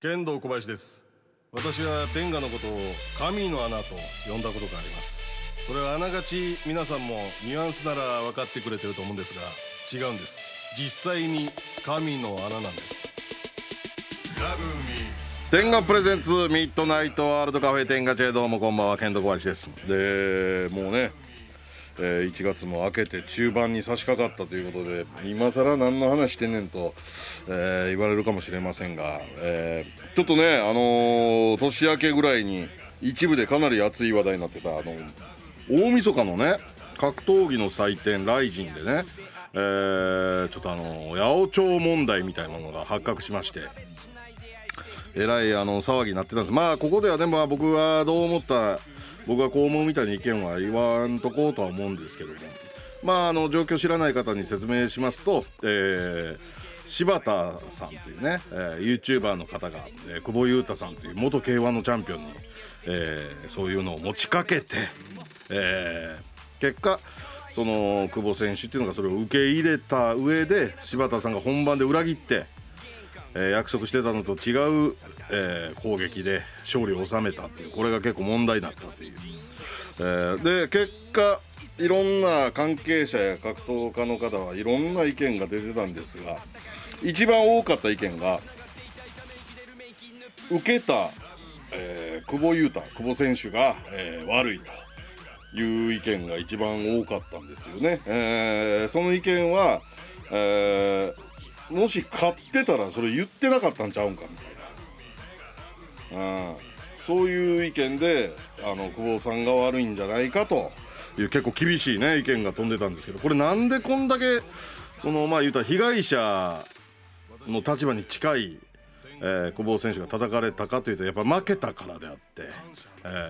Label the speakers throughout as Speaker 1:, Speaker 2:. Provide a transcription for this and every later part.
Speaker 1: 剣道小林です私は天下のことを神の穴と呼んだことがありますそれはあながち皆さんもニュアンスなら分かってくれてると思うんですが違うんです実際に神の穴なんです天下プレゼンツミッドナイトワールドカフェ天下チェどうもこんばんは剣道小林です
Speaker 2: でもうね、えー1月も明けて中盤に差し掛かったということで今更何の話してんねんと、えー言われるかもしれませんが、えーちょっとね、あのー年明けぐらいに一部でかなり熱い話題になってたあの大晦日のね格闘技の祭典「ライジン」でね、えーちょっとあの八百長問題みたいなものが発覚しまして。えらいあの騒ぎになってたんですまあここではね、まあ、僕はどう思った僕はこう思うみたいな意見は言わんとこうとは思うんですけどもまああの状況知らない方に説明しますと、えー柴田さんというね、えー、YouTuber の方が、えー久保裕太さんという元 k 1のチャンピオンに、えーそういうのを持ちかけて、えー結果その久保選手っていうのがそれを受け入れた上で柴田さんが本番で裏切って、えー約束してたのと違う、えー攻撃で勝利を収めたっていうこれが結構問題だったっていう、えーで結果いろんな関係者や格闘家の方はいろんな意見が出てたんですが一番多かった意見が受けた、えー久保優太久保選手が、えー悪いと。いう意見が一番多かったんですよね。えーその意見は、えーもし買ってたらそれ言ってなかったんちゃうんかみたいな、うん、そういう意見であの久保さんが悪いんじゃないかという結構厳しいね意見が飛んでたんですけどこれなんでこんだけそのまあ言うたら被害者の立場に近い、えー久保選手が叩かれたかというとやっぱ負けたからであって。えー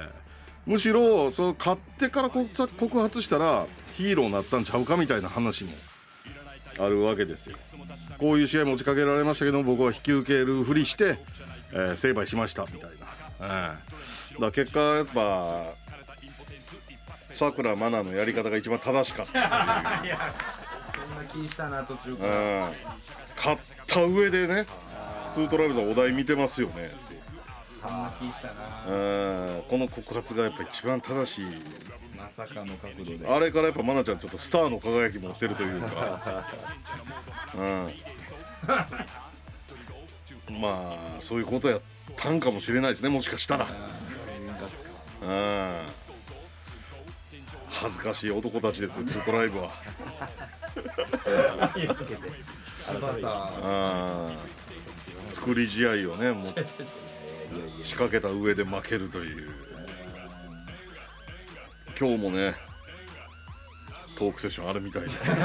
Speaker 2: むしろその買ってから告発告発したらヒーローになったんちゃうかみたいな話もあるわけですよこういう試合持ちかけられましたけど僕は引き受けるふりして、えー成敗しましたみたいな、えーだから結果やっぱさくらまなのやり方が一番正しかった、
Speaker 3: そんな気したな途中か
Speaker 2: う
Speaker 3: ら
Speaker 2: ん、買った上でねツートライブさんお題見てますよねって
Speaker 3: そんな気したな
Speaker 2: うんこの告発がやっぱ一番正しい
Speaker 3: まさかの角度で
Speaker 2: あれからやっぱ愛菜ちゃんちょっとスターの輝き持ってるというか、うん、まあそういうことやったんかもしれないですねもしかしたら、うん、恥ずかしい男たちですよツートライブは。
Speaker 3: 柴田
Speaker 2: あー作り試合をねもう仕掛けた上で負けるという今日もねトークセッションあるみたいです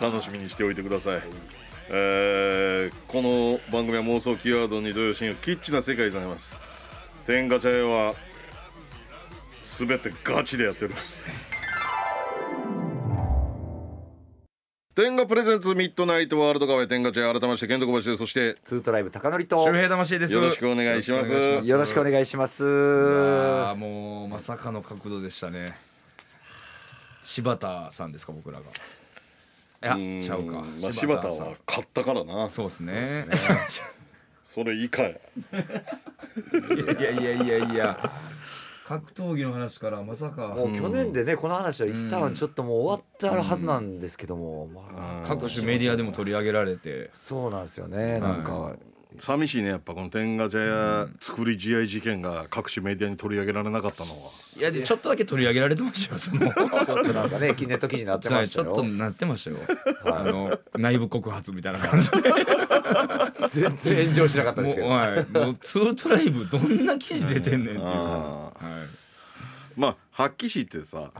Speaker 2: 楽しみにしておいてください、えーこの番組は妄想キーワードに土曜深夜キッチな世界でございます天ガチャ屋は全てガチでやっております天ガプレゼンツミッドナイトワールドカフェ天ガチャ改めまして健人小林ですそして
Speaker 4: ツートライブ高則と
Speaker 3: 周平魂です
Speaker 2: よろしくお願いします
Speaker 3: よろ
Speaker 4: よろしくお願いします。
Speaker 3: あーもうまさかの角度でしたね柴田さんですか僕らがいやちゃうか
Speaker 2: まあ、柴田は買ったからな
Speaker 3: そうですね
Speaker 2: それ以下や
Speaker 3: いやいやいやいや格闘技の話からまさか
Speaker 4: もう去年でねこの話は一旦ちょっともう終わってあるはずなんですけども、まあ
Speaker 3: 各種メディアでも取り上げられて
Speaker 4: そうなんですよね。なんか
Speaker 2: 寂しいねやっぱこの天ガチャや作り試合事件が各種メディアに取り上げられなかったのはい
Speaker 3: やでちょっとだけ取り上げられてましたよその
Speaker 4: ちょっとなんかね記念と記事になって
Speaker 3: は
Speaker 4: ま
Speaker 3: い
Speaker 4: し
Speaker 3: ち
Speaker 4: た
Speaker 3: ょっと
Speaker 4: よ。
Speaker 3: なってましたよあの内部告発みたいな感じで
Speaker 4: 全然炎上しなかったで
Speaker 3: も
Speaker 4: すけ
Speaker 3: う
Speaker 4: ど。
Speaker 3: はいもうツートライブどんな記事出てんねんっていう
Speaker 2: あ
Speaker 3: はい
Speaker 2: まあ発揮士ってさ、
Speaker 3: はい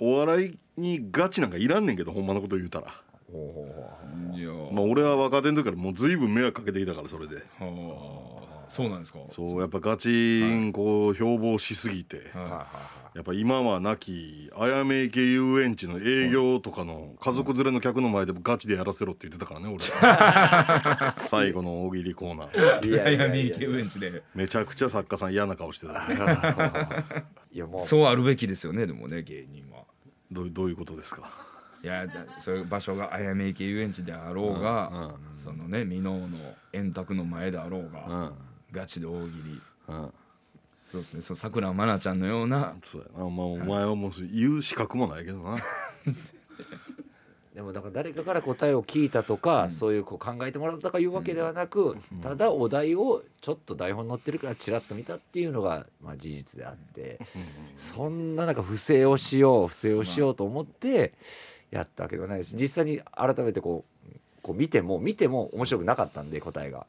Speaker 2: お笑いにガチなんかいらんねんけどほんまのこと言うたら、
Speaker 4: おー
Speaker 3: いやー
Speaker 2: まあ、俺は若手の時からもう随分迷惑かけてきたからそれで
Speaker 3: はあそうなんですか
Speaker 2: そうやっぱガチンこう標榜しすぎて、
Speaker 3: は
Speaker 2: やっぱ今は亡きあやめ池遊園地の営業とかの家族連れの客の前でもガチでやらせろって言ってたからね俺 最後の大喜利コーナー
Speaker 4: い
Speaker 3: い
Speaker 4: やいや
Speaker 3: や
Speaker 4: い
Speaker 3: い
Speaker 4: や
Speaker 3: や
Speaker 4: いや。
Speaker 3: 遊園地で
Speaker 2: めちゃくちゃ作家さん嫌な顔してた
Speaker 4: いやもう
Speaker 3: そうあるべきですよねでもね芸人は
Speaker 2: どうどういうことですか
Speaker 5: いやだ そういう場所があやめ池遊園地であろうが、
Speaker 2: う
Speaker 5: そのね箕面の円卓の前であろうが、
Speaker 2: うん
Speaker 5: ガチで大喜利
Speaker 2: うん
Speaker 5: そうですねそのさくらまなちゃんのような
Speaker 2: そうやなまあお前はもう言う資格もないけどな
Speaker 4: でもなんか誰かから答えを聞いたとか、そういうこう考えてもらったとかいうわけではなく、ただお題をちょっと台本載ってるからちらっと見たっていうのが、まあ、事実であって、そんななんか不正をしよう不正をしようと思ってやったわけではないし実際に改めてこうこう見ても見ても面白くなかったんで答えが。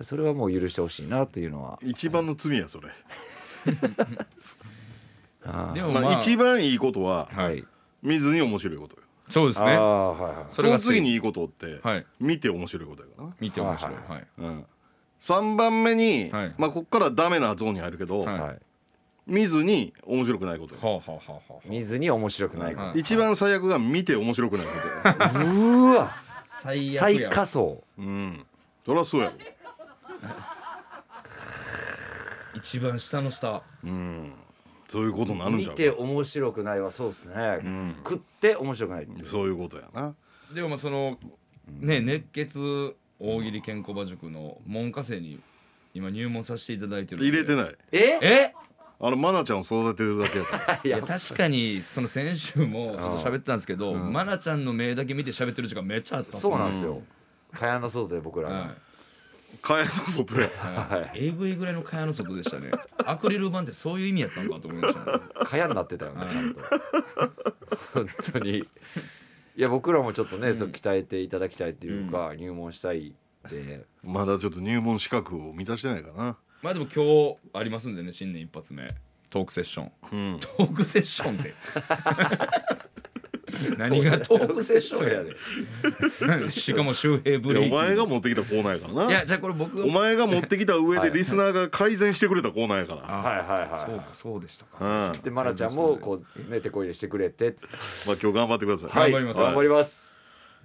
Speaker 4: それはもう許してほしいなというのは。
Speaker 2: 一番の罪やそれ、
Speaker 4: あー
Speaker 5: でも
Speaker 2: まあ
Speaker 5: まあ、
Speaker 2: 一番いいことは
Speaker 4: はい。
Speaker 2: 見ずに面白いことよ
Speaker 5: そうです
Speaker 4: あ
Speaker 5: ね
Speaker 4: あはいはい。
Speaker 5: そ
Speaker 2: そ
Speaker 5: れが
Speaker 2: の次にいいことって、
Speaker 5: はい
Speaker 2: 見て面白いことやからな
Speaker 5: 見て面白い、
Speaker 4: はい
Speaker 5: はい
Speaker 2: うん、3番目に、
Speaker 5: はい
Speaker 2: まあここからダメなゾーンに入るけど、
Speaker 5: はい
Speaker 4: はい。
Speaker 2: 見ずに面白くないことよ、
Speaker 5: はあはあはあはあ
Speaker 4: 見ずに面白くないこと。
Speaker 5: はい
Speaker 2: 一番最悪が見て面白くないこと よ
Speaker 4: うーわ
Speaker 5: 最悪
Speaker 4: 最
Speaker 5: や
Speaker 4: 下層。
Speaker 2: うんそりゃそうやろ
Speaker 5: 一番下の下
Speaker 2: うんそういうことになるん
Speaker 4: 見
Speaker 2: ちゃう
Speaker 4: て面白くないはそうですね、食って面白くないっていう
Speaker 2: そういうことやな
Speaker 5: でもまあそのね熱血大喜利健康場塾の門下生に今入門させていただいてるんで
Speaker 2: 入れてない
Speaker 4: え
Speaker 5: え
Speaker 2: あのマナちゃんを育ててるだけや から
Speaker 4: い
Speaker 5: いや
Speaker 4: や
Speaker 5: 確かにその先週もちょっと喋ってたんですけど、マナちゃんの目だけ見て喋ってる時間めっちゃあった
Speaker 4: そうなん
Speaker 5: で
Speaker 4: ですよ、蚊帳の外で僕ら
Speaker 5: す
Speaker 4: が、
Speaker 5: よ
Speaker 4: は
Speaker 5: はい
Speaker 2: 蚊帳の外や
Speaker 4: はい
Speaker 5: えぐいぐらいの蚊帳の外でしたねアクリル板ってそういう意味やったのかと思いましたね、
Speaker 4: 蚊帳になってたよねちゃんと本当にいや僕らもちょっとね、そう鍛えていただきたいというか、入門したいで
Speaker 2: まだちょっと入門資格を満たしてないかな
Speaker 5: まあでも今日ありますんでね新年一発目トークセッション
Speaker 2: うん
Speaker 5: トークセッションって 何がトークセッションや
Speaker 4: で
Speaker 5: でしかも周平ブ
Speaker 2: いや
Speaker 5: レイ
Speaker 2: お
Speaker 5: キ
Speaker 2: 前が持ってきたコーナーやからない
Speaker 5: やじゃあこれ僕
Speaker 2: お前が持ってきた上
Speaker 5: はい
Speaker 2: でリスナーが改善してくれたコーナーやから、
Speaker 4: はい
Speaker 5: あ
Speaker 4: はい
Speaker 5: そう
Speaker 4: は
Speaker 5: かそうでした
Speaker 2: うん
Speaker 5: か
Speaker 4: いでマナちゃんもこうね手こ入れしてくれて
Speaker 2: まあ今日頑張ってください、
Speaker 5: はい頑張ります
Speaker 4: 頑張ります、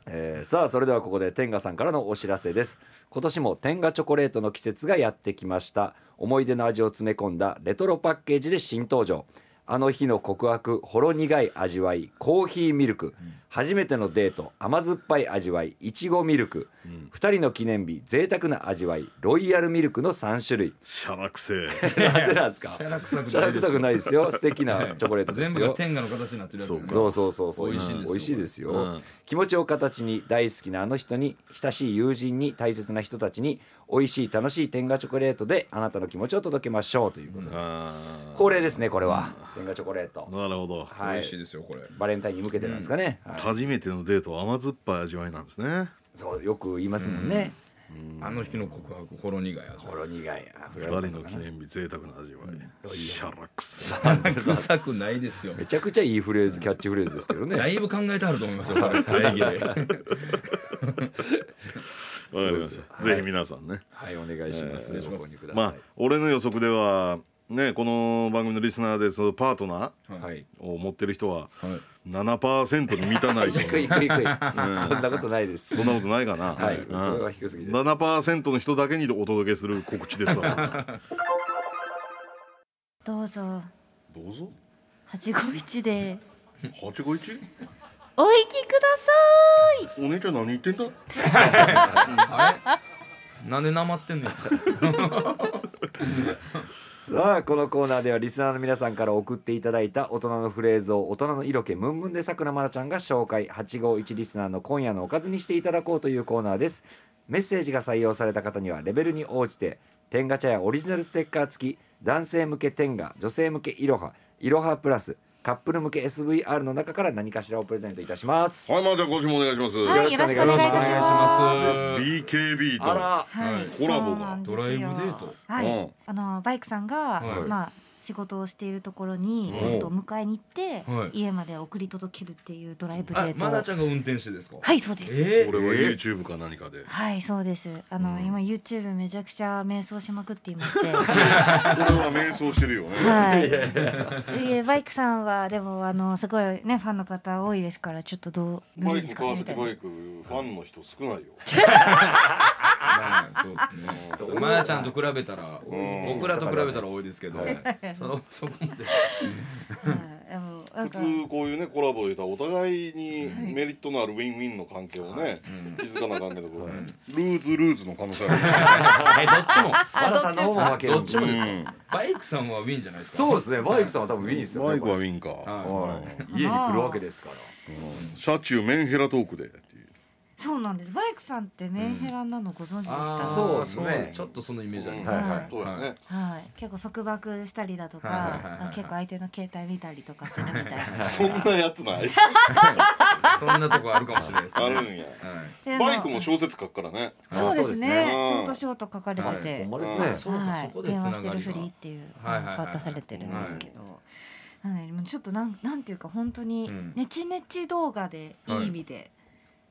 Speaker 4: えーさあそれではここで天賀さんからのお知らせです今年も天賀チョコレートの季節がやってきました思い出の味を詰め込んだレトロパッケージで新登場あの日の告白ほろ苦い味わいコーヒーミルク、初めてのデート甘酸っぱい味わいいちごミルク、2人の記念日贅沢な味わいロイヤルミルクの3種類
Speaker 2: しゃらくせえ
Speaker 4: なんでなんですか
Speaker 5: シャラ臭くないです
Speaker 4: シャラ臭くないですよ素敵なチョコレートですよ
Speaker 5: 全部が天下の形になってるやつです
Speaker 4: そうそうそうそう
Speaker 5: 美味しいですよ
Speaker 4: 美味しいですよ、
Speaker 2: うん
Speaker 4: 気持ちを形に大好きなあの人に親しい友人に大切な人たちに美味しい楽しい天下チョコレートであなたの気持ちを届けましょうということで、
Speaker 2: あ
Speaker 4: 恒例ですねこれは、天下チョコレート
Speaker 2: ー、なるほど
Speaker 4: は
Speaker 5: 美
Speaker 4: い
Speaker 5: 味しいですよこれ
Speaker 4: バレンタインに向けてなんですかね、はい
Speaker 2: 初めてのデートは甘酸っぱい味わいなんですね
Speaker 4: そうよく言いますもんね、
Speaker 5: あの日の告白ほろ苦い味
Speaker 4: ほろ苦いあ
Speaker 2: 二人の記念日贅沢な味わいしゃらくせえ
Speaker 5: 臭 くないですよ
Speaker 4: めちゃくちゃいいフレーズキャッチフレーズですけどね
Speaker 5: だいぶ考えてあると思いますよこれ会議で
Speaker 2: わかりましたぜひ皆さんね、
Speaker 4: はいお願いします、ご購入ください、
Speaker 2: まあ俺の予測ではねこの番組のリスナーでそのパートナ
Speaker 4: はい
Speaker 2: ーを持ってる人は
Speaker 5: はい
Speaker 2: 7%に満たないと
Speaker 4: 低い低い低いそんなことないです
Speaker 2: そんなことないかな。
Speaker 4: はい
Speaker 2: うん
Speaker 4: それは低すぎです
Speaker 2: 7%の人だけにお届けする告知です わ。
Speaker 6: どうぞ
Speaker 2: どうぞ。
Speaker 6: 八五一で
Speaker 2: 八五一？
Speaker 6: お行きください
Speaker 2: お姉ちゃん何言ってんだ？
Speaker 5: なんでなまってんのよ
Speaker 4: さあこのコーナーではリスナーの皆さんから送っていただいた大人のフレーズを大人の色気ムンムンでさくらまなちゃんが紹介851リスナーの今夜のおかずにしていただこうというコーナーですメッセージが採用された方にはレベルに応じて天ガ茶屋オリジナルステッカー付き男性向け天ガ女性向けいろはいろはプラスカップル向け SVR の中から何かしらをプレゼントいたします
Speaker 2: はい、まあじゃあ今週もお願いします。
Speaker 6: はいよろしくお願いいたします
Speaker 4: よろしくお願いし
Speaker 2: BKB
Speaker 4: あ
Speaker 2: と。
Speaker 4: ら
Speaker 6: はい、
Speaker 2: うんコラボが
Speaker 6: そうなんですよ
Speaker 5: ドライブデート
Speaker 6: はい、
Speaker 2: うん
Speaker 6: あのバイクさんが、
Speaker 5: はい
Speaker 6: まあ仕事をしているところに
Speaker 2: うん
Speaker 6: ちょっと迎えに行って、
Speaker 5: はい
Speaker 6: 家まで送り届けるっていうドライブデ
Speaker 5: あ
Speaker 6: ート
Speaker 5: まなちゃんが運転してですか
Speaker 6: はいそうです、
Speaker 5: えー
Speaker 2: 俺は YouTube か何かで。
Speaker 6: はいそうですあの、今 YouTube めちゃくちゃ迷走しまくっていまして
Speaker 2: 俺は迷走してるよね。
Speaker 6: はいでバイクさんはでもあのすごいねファンの方多いですからちょっとどう無
Speaker 2: バ
Speaker 6: 理
Speaker 2: イ
Speaker 6: です
Speaker 2: ク
Speaker 6: か
Speaker 2: 川
Speaker 6: ねみた
Speaker 2: 崎
Speaker 6: いな
Speaker 2: バイクファンの人少ないよ。
Speaker 5: まあそうですね。まなちゃんと比べたら、
Speaker 2: ん
Speaker 5: 僕らと比べたら多いですけど、そのそこまで。
Speaker 6: はいあのなん
Speaker 2: 普
Speaker 6: か
Speaker 2: 通こういうねコラボで言ったらお互いにメリットのあるウィンウィンの関係をね気づかなあかんけどこれルーズルーズの可能性あるね
Speaker 5: えどっちも
Speaker 4: バラさんの方も負ける
Speaker 5: ど
Speaker 4: ん
Speaker 5: っ
Speaker 4: で
Speaker 5: ちもです
Speaker 2: うん
Speaker 5: かバイクさんはウィンじゃないですか
Speaker 4: そうですねバイクさんは多分ウィンですよね
Speaker 2: マイクはウ
Speaker 4: こ
Speaker 2: ィンか、
Speaker 5: は
Speaker 4: れはい家に来るわけですから
Speaker 2: 車中メンヘラトークでっていう
Speaker 6: そうなんですバイクさんってメンヘラなのご存知です
Speaker 5: あ
Speaker 6: か
Speaker 5: ー、
Speaker 4: そうですね
Speaker 5: ちょっとそのイメージあり
Speaker 2: うん
Speaker 5: ます
Speaker 6: はい
Speaker 2: そうやね、
Speaker 6: はい、結構束縛したりだとか、
Speaker 5: はいはいはいはい
Speaker 6: 結構相手の携帯見たりとかするみたいな
Speaker 2: そんなやつない
Speaker 5: そんなとこあるかもしれないですね
Speaker 2: あるんや
Speaker 5: はい
Speaker 6: であの
Speaker 2: バイクも小説書くからね
Speaker 6: そうで
Speaker 4: あそうです
Speaker 6: す
Speaker 4: ね
Speaker 6: ね
Speaker 2: うん
Speaker 6: ショートショート書かれてて、
Speaker 5: はい
Speaker 4: ほんまですね
Speaker 5: そうか
Speaker 6: は
Speaker 5: そこ
Speaker 6: い、
Speaker 5: でつ
Speaker 6: 電
Speaker 5: ながり
Speaker 6: 話
Speaker 5: が
Speaker 6: してるふりっていうの
Speaker 5: はいはいはい
Speaker 6: が渡されてるんですけど、なのでもうちょっとなんなんていうか本当に
Speaker 5: うん
Speaker 6: ネチネチ動画でいい意味で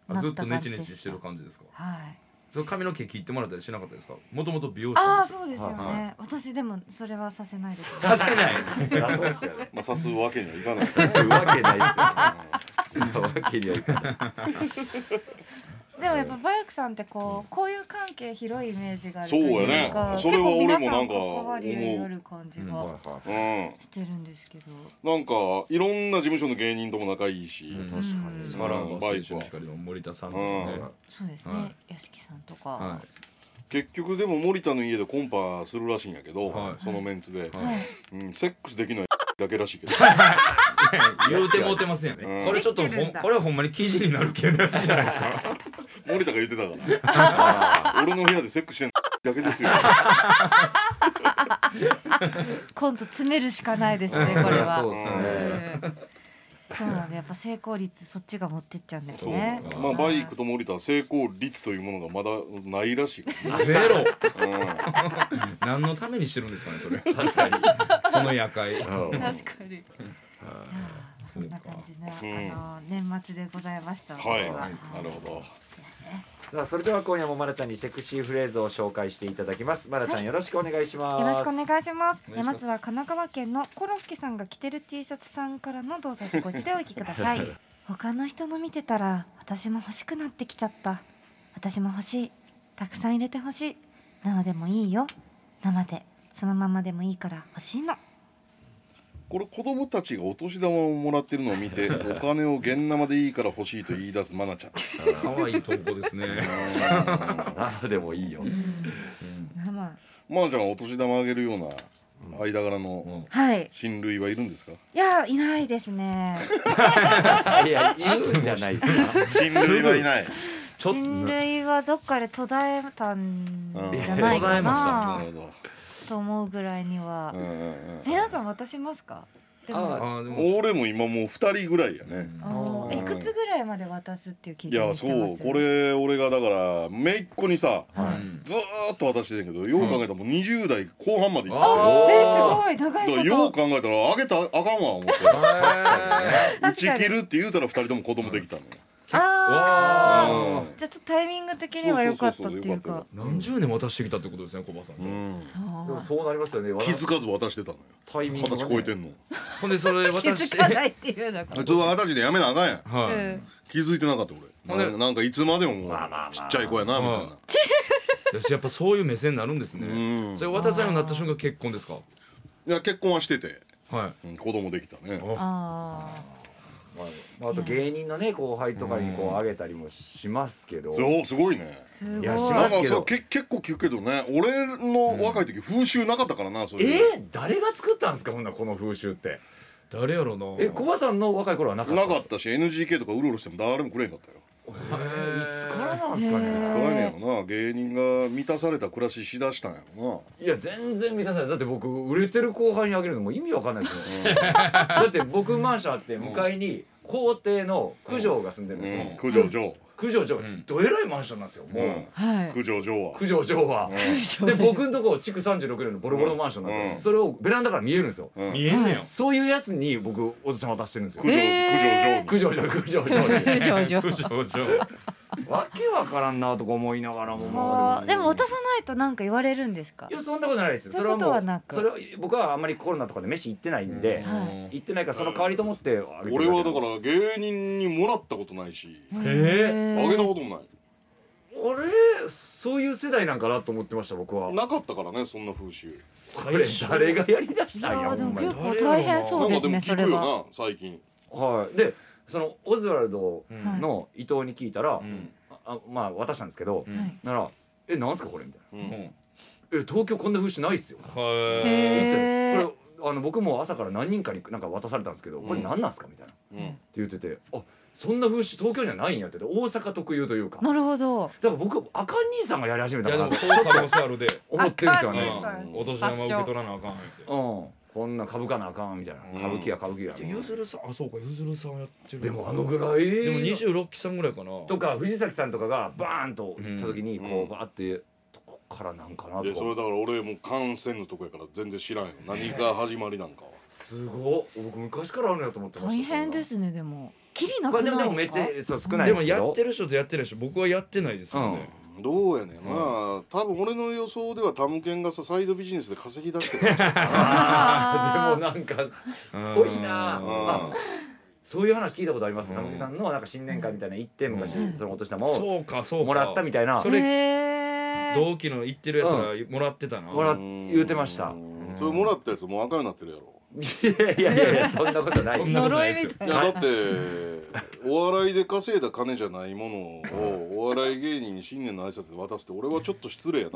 Speaker 5: あ
Speaker 6: な
Speaker 5: ずっ
Speaker 6: っ
Speaker 5: と
Speaker 6: た
Speaker 5: ネ
Speaker 6: 感
Speaker 5: チ
Speaker 6: じ
Speaker 5: ネ
Speaker 6: で
Speaker 5: チして
Speaker 6: し
Speaker 5: る
Speaker 6: た。
Speaker 5: 感じですか
Speaker 6: はい。
Speaker 5: それ髪の毛切ってもらったりしなかったですかもともと美容師
Speaker 6: あ
Speaker 5: さ
Speaker 6: あ
Speaker 5: んです
Speaker 6: そうですよね、
Speaker 5: はい
Speaker 6: 私でもそれはさせないです。
Speaker 5: させない
Speaker 4: そりゃそうですよね
Speaker 2: まあさすわけにはいかない
Speaker 4: す るわけないですよねわけにはいかない
Speaker 6: でもやっぱバイクさんってこうこういう関係広いイメージがある
Speaker 2: そうやねそれは俺もなんか
Speaker 6: 結構皆さん関わりある感じ
Speaker 5: 思
Speaker 6: が
Speaker 2: う
Speaker 6: してるんですけど、
Speaker 2: んなんかいろんな事務所の芸人とも仲いいし、
Speaker 5: うん
Speaker 4: 確か
Speaker 6: うん
Speaker 4: に
Speaker 2: そ
Speaker 4: そ
Speaker 5: あ
Speaker 2: う
Speaker 5: ら
Speaker 2: な
Speaker 5: ば
Speaker 2: ん
Speaker 5: 青
Speaker 2: バ
Speaker 5: 春
Speaker 2: イクは
Speaker 5: 光の森田さんですね
Speaker 6: そうです
Speaker 5: は
Speaker 6: ね、屋敷さんとか、
Speaker 5: は
Speaker 2: 結局でも森田の家でコンパするらしいんやけど、
Speaker 5: はい
Speaker 2: そのメンツで、
Speaker 6: はい
Speaker 2: うん、セックスできないだけらしいけど
Speaker 5: い言うてもうてますやん
Speaker 2: うん
Speaker 5: これちょっと
Speaker 6: できて
Speaker 5: ほ
Speaker 6: る
Speaker 5: ん
Speaker 6: んだ
Speaker 5: これはほんまに記事になる系のやつじゃないです か
Speaker 2: 森田が言ってたから俺の部屋でセックスしてんだけですよ
Speaker 6: 今度詰めるしかないですねこれ
Speaker 4: りゃ
Speaker 6: は
Speaker 4: そうですね
Speaker 6: うんそうなんだやっぱ成功率そっちが持ってっちゃうんです
Speaker 2: そう、
Speaker 6: ね
Speaker 2: まあバイクと森田は成功率というものがまだないらしい、
Speaker 5: ゼロ
Speaker 2: うん
Speaker 5: 何のためにしてるんですかねそれ確かにその夜会
Speaker 4: うん
Speaker 6: 確かにいやーそんな感じな、
Speaker 2: うん
Speaker 6: あの年末でございました
Speaker 2: はい
Speaker 6: 私
Speaker 2: な
Speaker 6: は
Speaker 2: るほど
Speaker 4: さあそれでは今夜もまらちゃんにセクシーフレーズを紹介していただきますまらちゃんよろしくお願いします
Speaker 6: よろしくお願いします。
Speaker 5: お願いします
Speaker 6: えまずは神奈川県のコロッケさんが着てる T シャツさんからの動画自己でお聞きください。 他の人の見てたら私も欲しくなってきちゃった。私も欲しい。たくさん入れて欲しい。生でもいいよ。生で。そのままでもいいから欲しいの。
Speaker 2: これ子供たちがお年玉をもらってるのを見てお金を現生でいいから欲しいと言い出すマナちゃん
Speaker 5: 可愛い投稿ですね
Speaker 4: 生でもいいよ
Speaker 6: 生。
Speaker 2: マナちゃんはお年玉あげるような間柄の
Speaker 6: はい。
Speaker 2: 親類はいるんですか
Speaker 6: いやいないですね。
Speaker 4: いやいるんじゃないですか
Speaker 2: 親類はいない
Speaker 5: ちょっと
Speaker 6: 親類はどっかで途絶えたんじゃない
Speaker 5: 途絶え
Speaker 6: か
Speaker 5: ました
Speaker 2: な
Speaker 6: な
Speaker 2: るほ
Speaker 6: と思うぐらいには
Speaker 2: ど、う。んうん
Speaker 6: 皆さん渡しますか？でも
Speaker 4: あ
Speaker 5: あでも
Speaker 2: うん、俺も今もう二人ぐらいやね、
Speaker 6: あの
Speaker 4: あー
Speaker 6: いくつぐらいまで渡すっていう基
Speaker 2: い
Speaker 6: 準
Speaker 2: や
Speaker 6: にして
Speaker 2: そ
Speaker 6: ます
Speaker 2: うこれ俺がだから姪っ子にさ、
Speaker 4: は
Speaker 5: うん
Speaker 2: ずーっと渡してんけどよう考えたらもう20代後半までいってる
Speaker 5: あ
Speaker 6: え
Speaker 5: ー
Speaker 6: ー、すごい
Speaker 2: だ
Speaker 6: 長い
Speaker 2: か
Speaker 6: こ
Speaker 2: ら
Speaker 6: と
Speaker 2: よう考えたらあげたらあかんわ思って打ち切るって言うたら二人とも子供できたのよ
Speaker 6: あー
Speaker 5: あ
Speaker 6: じゃあちょっとタイミング的には良かったっていうか
Speaker 5: ー何十年渡してきたってことですね小バさん、
Speaker 2: うん
Speaker 4: でもそうなりますよね
Speaker 2: 気づかず渡してたのよ
Speaker 4: タイミン
Speaker 2: 二
Speaker 4: グ
Speaker 2: 十
Speaker 4: がね
Speaker 2: 歳超えてんの
Speaker 5: ほんでそれ
Speaker 6: 気
Speaker 5: 渡し
Speaker 6: づ
Speaker 5: て
Speaker 6: かないっていうのが
Speaker 2: 普通は二十歳でやめなあかんやん
Speaker 5: はい、
Speaker 6: うん
Speaker 2: 気づいてなかった俺なんかなんかいつまでももうちっちゃい子やなみたいな
Speaker 5: は私やっぱそういう目線になるんですね、
Speaker 2: うん
Speaker 5: それ渡さんになった瞬間結婚ですか
Speaker 2: いや結婚はしてて
Speaker 5: はい
Speaker 2: うん子供できたね
Speaker 6: あ
Speaker 4: まあまあ、あと芸人のね後輩とかにこうあげたりもしますけど
Speaker 2: そうすごいね
Speaker 6: ー
Speaker 4: い
Speaker 6: すご
Speaker 4: やし
Speaker 6: い
Speaker 2: な
Speaker 4: ま
Speaker 2: ん
Speaker 4: す
Speaker 2: か
Speaker 4: け
Speaker 2: そう
Speaker 4: ど
Speaker 2: け結構聞くけどね俺の若い時風習なかったからなそういうの
Speaker 4: えー、誰が作ったんですかほんならこの風習って
Speaker 5: 誰やろうな
Speaker 4: えコバさんの若い頃はなかった
Speaker 2: なかったし NGK とかうろうろしても誰もくれへんかったよ
Speaker 4: えーいつからなんですか
Speaker 6: へ
Speaker 4: ね
Speaker 6: ー
Speaker 2: 使えねえよな芸人が満たされた暮らししだしたんやろ
Speaker 4: いや全然満たさないだって僕売れてる後輩にあげるのもう意味わかんないですよ、だって僕マンションあって向かいに皇帝の九条が住んでるん
Speaker 2: な、
Speaker 4: ですよ、
Speaker 2: うん、九条城
Speaker 4: 九条城、
Speaker 5: ん
Speaker 4: どえらいマンションなんですよもう、
Speaker 2: うん
Speaker 6: はい
Speaker 2: 九条城は
Speaker 4: 九条城は、で僕んとこ築36年のボロボロのマンションなんですよ、
Speaker 2: うん
Speaker 4: それをベランダから見えるんですよ、
Speaker 2: うん
Speaker 5: 見えん ねや
Speaker 4: そういうやつに僕おじさん渡してるんですよ
Speaker 2: 九条
Speaker 6: え
Speaker 2: 九条
Speaker 4: 九条城九条城に
Speaker 6: 少女
Speaker 5: 不祥事
Speaker 4: わけわからんなとか思いながらもま
Speaker 6: あ
Speaker 4: あ
Speaker 6: ーでも渡さないとなんか言われるんですか
Speaker 4: いやそんなことないですよ
Speaker 6: そういう
Speaker 4: れは
Speaker 6: こと
Speaker 4: も
Speaker 6: は
Speaker 4: う
Speaker 6: なく
Speaker 4: それは僕はあんまりコロナとかで飯行ってないんで、
Speaker 6: は
Speaker 4: 行ってないからその代わりと思ってあげてる
Speaker 2: 俺
Speaker 4: け
Speaker 2: はだから芸人にもらったことないし
Speaker 6: へ
Speaker 2: あげたこともない
Speaker 4: あれそそういう世代なんかなと思ってました僕は
Speaker 2: なかったからねそんな風習
Speaker 4: これ誰がやりだし
Speaker 7: い
Speaker 4: たん
Speaker 7: や
Speaker 4: や
Speaker 7: ーで
Speaker 4: ほ
Speaker 7: も
Speaker 4: んまに
Speaker 7: 結構大変そうですね
Speaker 2: なんか
Speaker 7: そ
Speaker 2: で
Speaker 7: れ
Speaker 2: も聞くよな
Speaker 7: は。
Speaker 2: 最近
Speaker 4: はいでそのオズワルドの伊藤に聞いたら、
Speaker 3: うん
Speaker 4: あまあ渡したんですけど、
Speaker 3: う
Speaker 7: はい
Speaker 3: ん
Speaker 4: なら「えなんすかこれ?」みたいな
Speaker 2: う
Speaker 3: うん
Speaker 2: ん
Speaker 4: 「え東京こんな風習ないっすよ」
Speaker 7: へー
Speaker 3: へえ
Speaker 4: いいっすよねこれあの僕も朝から何人かになんか渡されたんですけど「これ何なんすか?」みたいなって
Speaker 2: うん
Speaker 4: 言ってて「あそんな風習東京にはないんや」って言って大阪特有というかだ
Speaker 7: なるほど。
Speaker 4: から僕あかん兄さんがやり始め
Speaker 5: い
Speaker 4: た
Speaker 5: や
Speaker 4: か
Speaker 5: で
Speaker 4: な
Speaker 5: もそ
Speaker 4: と
Speaker 5: ういう可能性あるで
Speaker 4: 思ってるんですよ
Speaker 7: あかん
Speaker 4: ね
Speaker 7: 兄。さん
Speaker 5: お年玉受け取らなあかんっ
Speaker 4: うん、こんな株かなあかんみたいな
Speaker 2: うん
Speaker 4: 歌舞伎や歌舞伎や
Speaker 5: てゆずるさんあそうかゆずるさんやってる
Speaker 4: でもあのぐらい
Speaker 5: でも26期さんぐらいかな
Speaker 4: とか藤崎さんとかがバーンと行った時に
Speaker 2: うん
Speaker 4: こ
Speaker 2: うん
Speaker 4: うバーってどこからなんかな
Speaker 2: で
Speaker 4: と
Speaker 2: それ
Speaker 4: か
Speaker 2: だから俺もう感染のとこやから全然知らんよ何が始まりなんかは
Speaker 4: すごっ僕昔からあるのやと思ってました
Speaker 7: 大変ですすねでも。きりな
Speaker 4: こ
Speaker 7: く
Speaker 4: れでもで
Speaker 7: ない
Speaker 4: もめ
Speaker 7: で
Speaker 4: っ
Speaker 7: すか。
Speaker 4: ちゃそう少な
Speaker 5: で
Speaker 4: い です
Speaker 5: も
Speaker 4: けど
Speaker 5: やってる人とやってない人僕はやってないですよね
Speaker 2: どうやねんまあ多分俺の予想ではタムケンがさサイドビジネスで稼ぎ出してる
Speaker 4: あーでもなんか
Speaker 3: 多
Speaker 4: ぽいな あそういう話聞いたことあります玉木さんのなんか新年会みたいなの行って昔そのお年玉を
Speaker 5: そうかそうか
Speaker 4: もらったみたいな
Speaker 5: それ
Speaker 7: へー
Speaker 5: 同期の言ってるやつがもらってたな
Speaker 4: もらっ言うてました
Speaker 2: それもらったやつもう赤になってるやろ
Speaker 4: いやいやいやいやそんなことない
Speaker 5: そんなこと
Speaker 7: 呪
Speaker 5: ない
Speaker 7: い
Speaker 5: ですよ
Speaker 7: みたい
Speaker 2: い
Speaker 7: な。
Speaker 2: やだってお笑いで稼いだ金じゃないものをお笑い芸人に新年の挨拶で渡すって俺はちょっと失礼 や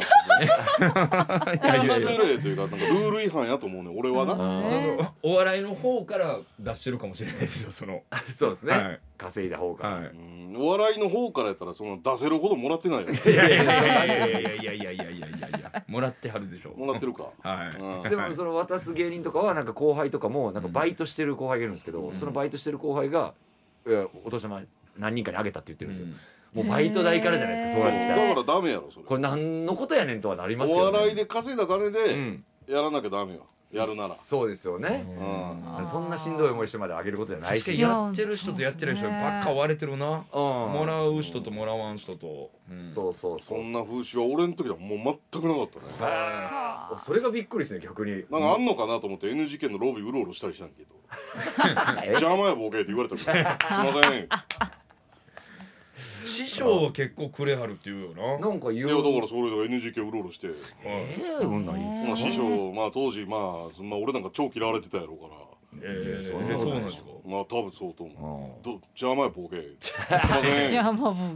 Speaker 2: な失礼というかなんかルール違反やと思うね俺はな
Speaker 7: ね
Speaker 5: そのお笑いの方から出してるかもしれないですよその
Speaker 4: そうです
Speaker 5: は
Speaker 4: ね
Speaker 5: い
Speaker 4: 稼いだ方が
Speaker 5: は
Speaker 2: うんお笑いの方からやったらその出せるほどもらってないよ
Speaker 5: いいやいやいやいやいやいやいやいやいやいやもらってはるでしょ
Speaker 2: もらってるか
Speaker 5: はい
Speaker 2: うん
Speaker 4: でもその渡す芸人とかはなんか後輩とかもなんかバイトしてる後輩がいるんですけど、そのバイトしてる後輩が「いやお年玉何人かにあげた」って言ってるんですよ、もうバイト代からじゃないです
Speaker 7: へ
Speaker 4: か
Speaker 7: ー
Speaker 4: そうなってきた
Speaker 2: だ
Speaker 4: ら
Speaker 2: からダメやろそれ
Speaker 4: これ何のことやねんとはなりますけ
Speaker 2: お
Speaker 4: ど、ね、
Speaker 2: 笑いで稼いだ金
Speaker 4: う
Speaker 2: で
Speaker 4: ん
Speaker 2: やらなきゃダメよやるなら
Speaker 4: そうですよね、
Speaker 2: うん
Speaker 7: あー
Speaker 4: そんなしんどい思いしてまであげることじゃない
Speaker 5: 確かに
Speaker 4: し
Speaker 5: やってる人とやってる人
Speaker 7: いや
Speaker 5: ばっか割れてるな
Speaker 4: うん
Speaker 5: もらう人ともらわん人とう
Speaker 4: そうそうそ
Speaker 2: そ
Speaker 4: うん
Speaker 2: な風習は俺の時はもう全くなかったね
Speaker 4: あーそれがびっくりですね逆に
Speaker 2: なんかあんのかなと思って NGK のロビーうろうろしたりしたんやけど
Speaker 4: え
Speaker 2: 邪魔やボケって言われたからすいません
Speaker 5: ん師匠は結構くれはるっていうよな
Speaker 4: なんか言
Speaker 2: いうやだからそれで NGK うろうろして、
Speaker 5: はい
Speaker 4: えー、そんなんいつ
Speaker 2: まあ、師匠まあ当時、まあ、まあ俺なんか超嫌われてたやろうから
Speaker 5: ええ
Speaker 4: そん
Speaker 5: ー
Speaker 4: なこと
Speaker 5: そう
Speaker 4: な
Speaker 5: ないん
Speaker 4: で
Speaker 5: ですす
Speaker 4: よ
Speaker 5: か
Speaker 2: まあ多分そうと思
Speaker 4: う
Speaker 2: うど邪魔やボケすいません
Speaker 7: じゃあもうも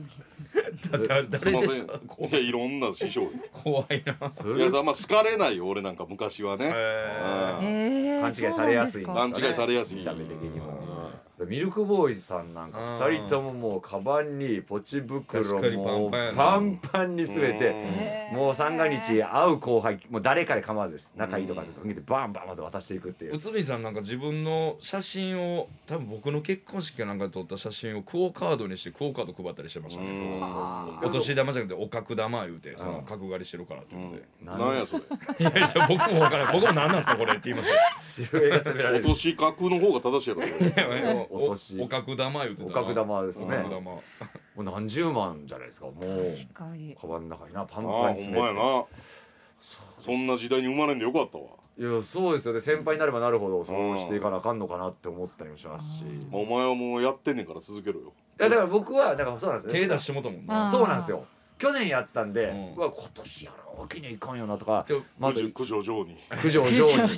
Speaker 7: う
Speaker 5: だ誰です
Speaker 2: いませ
Speaker 5: す
Speaker 2: ん
Speaker 5: か
Speaker 2: いやいろんな師匠よ
Speaker 5: 怖いな
Speaker 4: そ
Speaker 2: いや
Speaker 4: れ
Speaker 2: さまあ好かれないよ俺なんか昔はね、
Speaker 5: え
Speaker 2: うん
Speaker 7: えー
Speaker 4: 勘違いされやすいんです
Speaker 7: そう
Speaker 4: か
Speaker 7: な
Speaker 2: 勘
Speaker 7: んで
Speaker 2: 違いされやすい
Speaker 4: 見た目的にも
Speaker 2: うん
Speaker 4: ミルクボーイさんなんか
Speaker 5: うん
Speaker 4: 二人とももうカバンにポチ袋
Speaker 5: 確かに
Speaker 4: も
Speaker 5: パン
Speaker 4: う
Speaker 5: パンやな
Speaker 4: パンパンに詰め
Speaker 2: うん
Speaker 4: て
Speaker 7: へー
Speaker 4: もう三が日会う後輩もう誰かで構わずです仲いいとかで関係てバンバンまで渡していくっていう
Speaker 5: 内海さんなんか自分の写真を多分僕の結婚式かなんかで撮った写真をクオ・カードにしてクオ・カード配ったりしてましたね
Speaker 2: うん
Speaker 5: そう
Speaker 7: あ
Speaker 5: お年玉じゃなくてお角玉言うてそ
Speaker 4: うん
Speaker 5: の角刈りしてるからっていうので、
Speaker 2: うんなんやそれ
Speaker 5: いやいや僕も分からない僕も何なんすかこれって言いました
Speaker 4: 白絵が攻められ
Speaker 2: お
Speaker 4: る
Speaker 2: 年格の方が正しいやろそれ
Speaker 5: よ
Speaker 4: お年
Speaker 5: お角玉言うてた
Speaker 4: お
Speaker 5: な
Speaker 4: 角玉ですね
Speaker 5: お角
Speaker 4: も
Speaker 5: 玉
Speaker 4: う何十万じゃないですかもう
Speaker 7: すか確かに
Speaker 4: カバンの中になパン
Speaker 2: なあ
Speaker 4: パ
Speaker 2: ほん
Speaker 4: ンに詰
Speaker 2: まや
Speaker 4: め
Speaker 2: なそんな時代に生まれんでよかったわ、
Speaker 4: ていやそうですよね先輩になればなるほどそうしていかなあかんのかなって思ったりもしますしい
Speaker 2: まあ、お前はもうやってんねんから続けろよ
Speaker 4: やだから僕はだからそうなんですね
Speaker 5: 手出してもたもん
Speaker 7: あ
Speaker 5: な
Speaker 7: ー
Speaker 4: そうなんですよ去年やったんで、
Speaker 5: うん
Speaker 4: うわ今年やらんわけにはいかんよなとか
Speaker 5: で
Speaker 4: まだ
Speaker 2: 九条九条城に
Speaker 4: 九条上
Speaker 7: 九条
Speaker 4: に
Speaker 7: 上に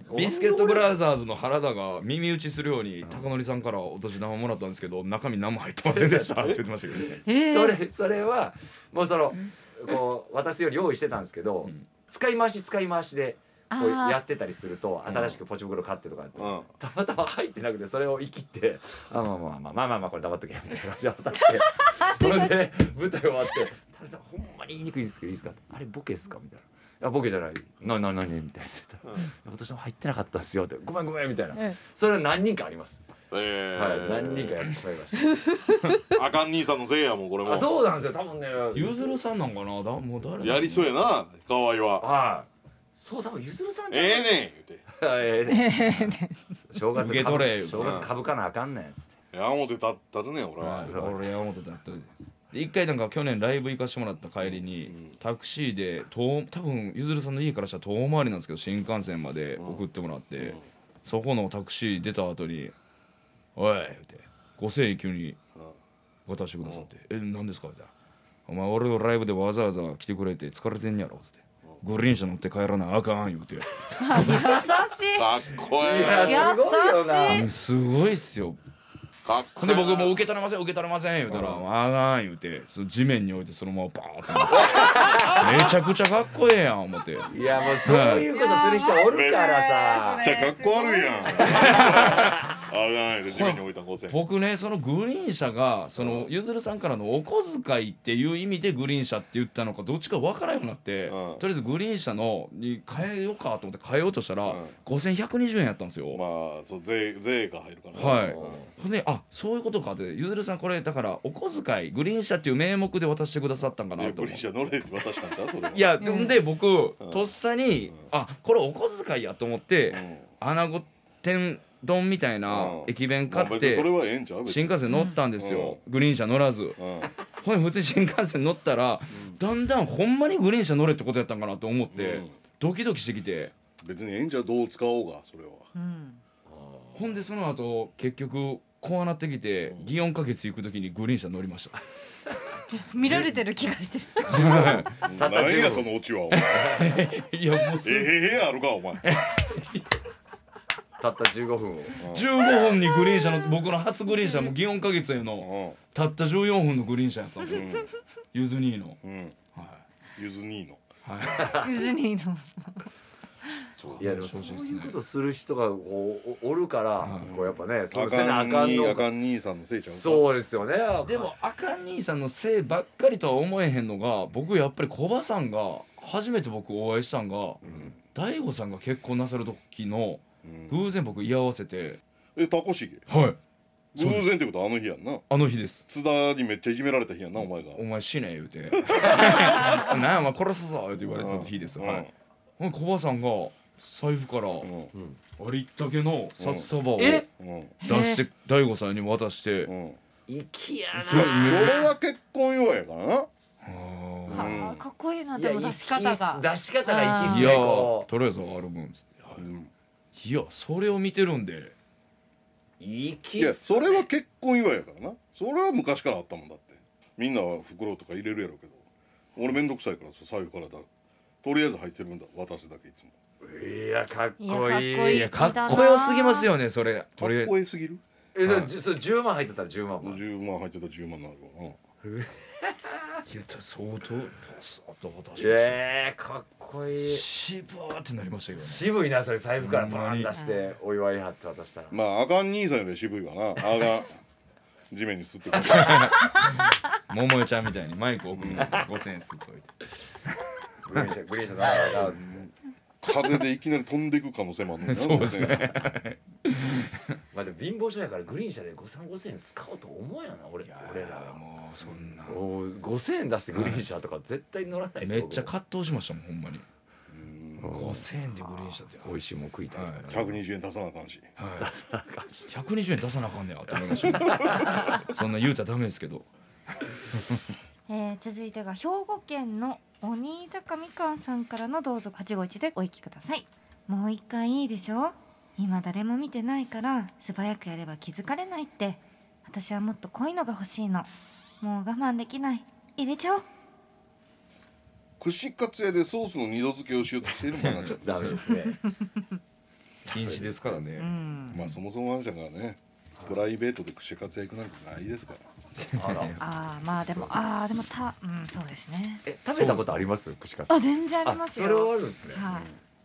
Speaker 5: でビスケットブラザーズの原田が耳打ちするように高典さんからお年玉もらったんですけど中身何も入ってませんでしたって言ってましたけどね
Speaker 7: えー
Speaker 4: それそれはもうそのこう渡すより用意してたんですけど、
Speaker 5: うん
Speaker 4: 使い回し使い回しでこう
Speaker 7: あー
Speaker 4: やってたりすると新しくポチ袋買ってとかって、
Speaker 2: うん
Speaker 4: たまたま入ってなくてそれを生きて「あまあまあまあまあまあまあこれ黙っとけ」みたいな感じで渡 ってそれで舞台終わって「田中さんほんまに言いにくいんですけどいいですか?」あれボケっすか?」みたいな。いやボケじゃない「なななに?」みたいな言ってたら「私も入ってなかったっすよ」って「ごめんごめん」みたいな
Speaker 7: うん
Speaker 4: それは何人かあります
Speaker 2: え
Speaker 4: はい
Speaker 2: ー、
Speaker 4: 何人かやってしまいまし
Speaker 2: あかん兄さんのせいやもうこれ
Speaker 4: た
Speaker 2: も
Speaker 4: あそうなんですよ多分ね
Speaker 5: ゆずるさんなんかなだもう誰なん
Speaker 2: やりそうやな河合は
Speaker 4: はいそう多分ゆずるさんじゃ
Speaker 2: え
Speaker 4: な
Speaker 2: え
Speaker 4: い
Speaker 2: ねん言う
Speaker 4: ええね正月
Speaker 5: 受け
Speaker 4: 株
Speaker 5: 取れよ
Speaker 4: 正月株かなあかんねんっつって
Speaker 2: て山本立立つねん俺は、
Speaker 5: はい俺山本だったで一回なんか去年ライブ行かしてもらった帰りにタクシーで遠多分ゆずるさんの家からしたら遠回りなんですけど新幹線まで送ってもらってそこのタクシー出た後に「おい」って5,000円急に渡してくださって「え何ですか?」みたいな「お前俺のライブでわざわざ来てくれて疲れてんやろ」つって「グリーン車乗って帰らなあかん」言うて
Speaker 6: 優しい
Speaker 2: かっこええ
Speaker 4: やすごいよな
Speaker 5: うんすごいっすよ
Speaker 2: かっこ
Speaker 5: ほん
Speaker 2: ええ
Speaker 5: で僕もう受け取れません受け取れません言うたら「あがん」言うてその地面に置いてそのままバーッ てめちゃくちゃかっこええやん思って
Speaker 4: いやもうそういうことする人おるからさ
Speaker 2: めっちゃかっこ悪いやんあれないで地面に置いた5000円
Speaker 5: 僕ねそのグリーン車がそのゆずるさんからのお小遣いっていう意味でグリーン車って言ったのかどっちか分からんようになって、
Speaker 2: うん
Speaker 5: とりあえずグリーン車のに変えようかと思って変えようとしたら、
Speaker 2: うん
Speaker 5: 5120円やったんですよ、
Speaker 2: まあそう税税が入るからね
Speaker 5: は
Speaker 2: う
Speaker 5: い
Speaker 2: ん
Speaker 5: ほんであそういうことかってゆずるさんこれだからお小遣いグリーン車っていう名目で渡してくださったんか
Speaker 2: い
Speaker 5: な
Speaker 2: や
Speaker 5: と
Speaker 2: グ
Speaker 5: 思
Speaker 2: リーン
Speaker 5: う
Speaker 2: 車乗れって渡したんちゃうそれはい
Speaker 5: やほんで僕、
Speaker 2: ん
Speaker 5: とっさに、あこれお小遣いやと思って、
Speaker 2: うん
Speaker 5: 穴子天丼みたいな
Speaker 2: うん
Speaker 5: 駅弁買
Speaker 2: まあ
Speaker 5: っ
Speaker 2: 別に
Speaker 5: て、
Speaker 2: それはええんちゃう別に
Speaker 5: 新幹線乗ったんですよ、グリーン車乗らず。
Speaker 2: うん
Speaker 5: ほんで普通に新幹線乗ったら、だんだんほんまにグリーン車乗れってことやったんかなと思って、
Speaker 2: うん
Speaker 5: ドキドキしてきて
Speaker 2: 別にええんちゃうどう使おうがそれは
Speaker 6: うん
Speaker 5: ほんでその後結局こうなってきて祇園花月行く時にグリーン車乗りました
Speaker 6: 見られてる気が してる
Speaker 4: たった
Speaker 2: 何
Speaker 4: 10
Speaker 2: やそのオチはお 前
Speaker 5: いやもう
Speaker 2: え
Speaker 5: す
Speaker 2: へ
Speaker 5: ぐ
Speaker 2: へあるかお 前
Speaker 4: たった15分を
Speaker 5: 15分にグリーン車の僕の初グリーン車も祇園花月への
Speaker 2: う
Speaker 5: たった14分のグリーン車やったんですよ
Speaker 2: ん
Speaker 5: ゆず兄の
Speaker 2: うんうんゆず兄の
Speaker 6: ゆずにの
Speaker 4: いやでもそういうことする人がこうおおるからこうやっぱねそうせな
Speaker 2: あ
Speaker 4: あか
Speaker 2: か
Speaker 4: ん
Speaker 2: ん
Speaker 4: の
Speaker 2: あ
Speaker 4: か
Speaker 2: かん兄さんのせいちゃうか
Speaker 4: そうですよね
Speaker 5: でもあかん兄さんのせいばっかりとは思えへんのが僕やっぱりコバさんが初めて僕お会いしたんが
Speaker 2: ん
Speaker 5: 大悟さんが結婚なさる時の
Speaker 2: うん
Speaker 5: 偶然僕居合わせて
Speaker 2: えタコシゲ
Speaker 5: はい
Speaker 2: 偶然ってことはあの日やんな
Speaker 5: あの日です
Speaker 2: 津田にめっちゃいじめられた日やんなお前が
Speaker 5: お前死ね言うて「なんやお前殺すぞ」って言われてた日です
Speaker 2: うん
Speaker 5: はいほんでコバさんが財布から
Speaker 2: う
Speaker 5: あ
Speaker 2: ん
Speaker 5: りったけの札束を
Speaker 4: え
Speaker 5: 出
Speaker 2: うん
Speaker 5: して大悟さんに渡して
Speaker 2: うん
Speaker 4: きや
Speaker 5: すごい
Speaker 2: これは結婚用やからな
Speaker 5: あ
Speaker 6: あーかっこいいな
Speaker 4: な
Speaker 6: でも出し方が
Speaker 4: 出し方がいき
Speaker 5: ー
Speaker 4: す
Speaker 5: い
Speaker 4: ね
Speaker 5: や
Speaker 4: こ
Speaker 5: ーとりあえずアルバムっつって
Speaker 2: うん
Speaker 5: はいいやそれを見てるんで
Speaker 4: うい
Speaker 2: い
Speaker 4: き
Speaker 2: や
Speaker 4: っす
Speaker 2: それは結婚祝いやからなそれは昔からあったもんだってみんなは袋とか入れるやろうけど俺めんどくさいからさ左右からだとりあえず入ってるんだ渡すだけいつも
Speaker 4: いやかっこいい
Speaker 6: いやかっ
Speaker 5: いやか
Speaker 6: こいい
Speaker 5: っこよすぎますよねそれ
Speaker 2: か
Speaker 5: と
Speaker 2: っ
Speaker 5: りあえず
Speaker 2: こええすぎる
Speaker 4: えそれじゅそれ10万入ってたら10万も
Speaker 2: 10万入ってたら10万になるわうん
Speaker 5: いや相当スッと渡しました
Speaker 4: えー、かっこいい
Speaker 5: 渋ーってなりましたけどね
Speaker 4: 渋いなそれ財布から
Speaker 5: ほん
Speaker 4: バ
Speaker 5: ま
Speaker 4: ーン
Speaker 5: に
Speaker 4: 出してお祝いはって渡したら
Speaker 2: まああかん兄さんよりは渋いわなあがん地面にすってくる
Speaker 5: 桃江ちゃんみたいにマイク奥に5000円すっといて
Speaker 4: グリーン車グリーン車だなだなっつって
Speaker 2: 風でいきなり飛んでいく可能性もあるのにな
Speaker 5: そうですね
Speaker 4: まあでも貧乏症やからグリーン車で5三5千円使おうと思うよな俺俺らが
Speaker 5: もうそんな
Speaker 4: おー5000円出してグリーン車とか絶対乗らないです
Speaker 5: め
Speaker 4: よ
Speaker 5: っちゃ
Speaker 4: 僕
Speaker 5: 葛藤しましたもんほんまに
Speaker 2: うん
Speaker 5: 5000円でグリーン車って
Speaker 4: 美味しいもん食いたいとかね
Speaker 2: 120円出さなあかんし
Speaker 5: はい120円出さなあかんねやって思いましたそんな言うたらダメですけど
Speaker 6: えー続いてが兵庫県の鬼坂みかんさんからのどうぞ851でお行きくださいもう一回いいでしょ今誰も見てないから素早くやれば気づかれないって私はもっと濃いのが欲しいのもう我慢できない入れちゃおう
Speaker 2: 串カツ屋でソースの二度漬けをしようとしているもんなっ ちゃった
Speaker 4: ダメで すね
Speaker 5: 禁止ですからね
Speaker 6: うん
Speaker 2: まあそもそもあんちゃんがねプライベートで串カツ屋行くなんてないですから
Speaker 4: あら
Speaker 6: ああまあでもああでもたうんそうですね
Speaker 4: え食べたことあります串カツ
Speaker 6: あ全然ありますよ
Speaker 4: それはあるんですね
Speaker 6: は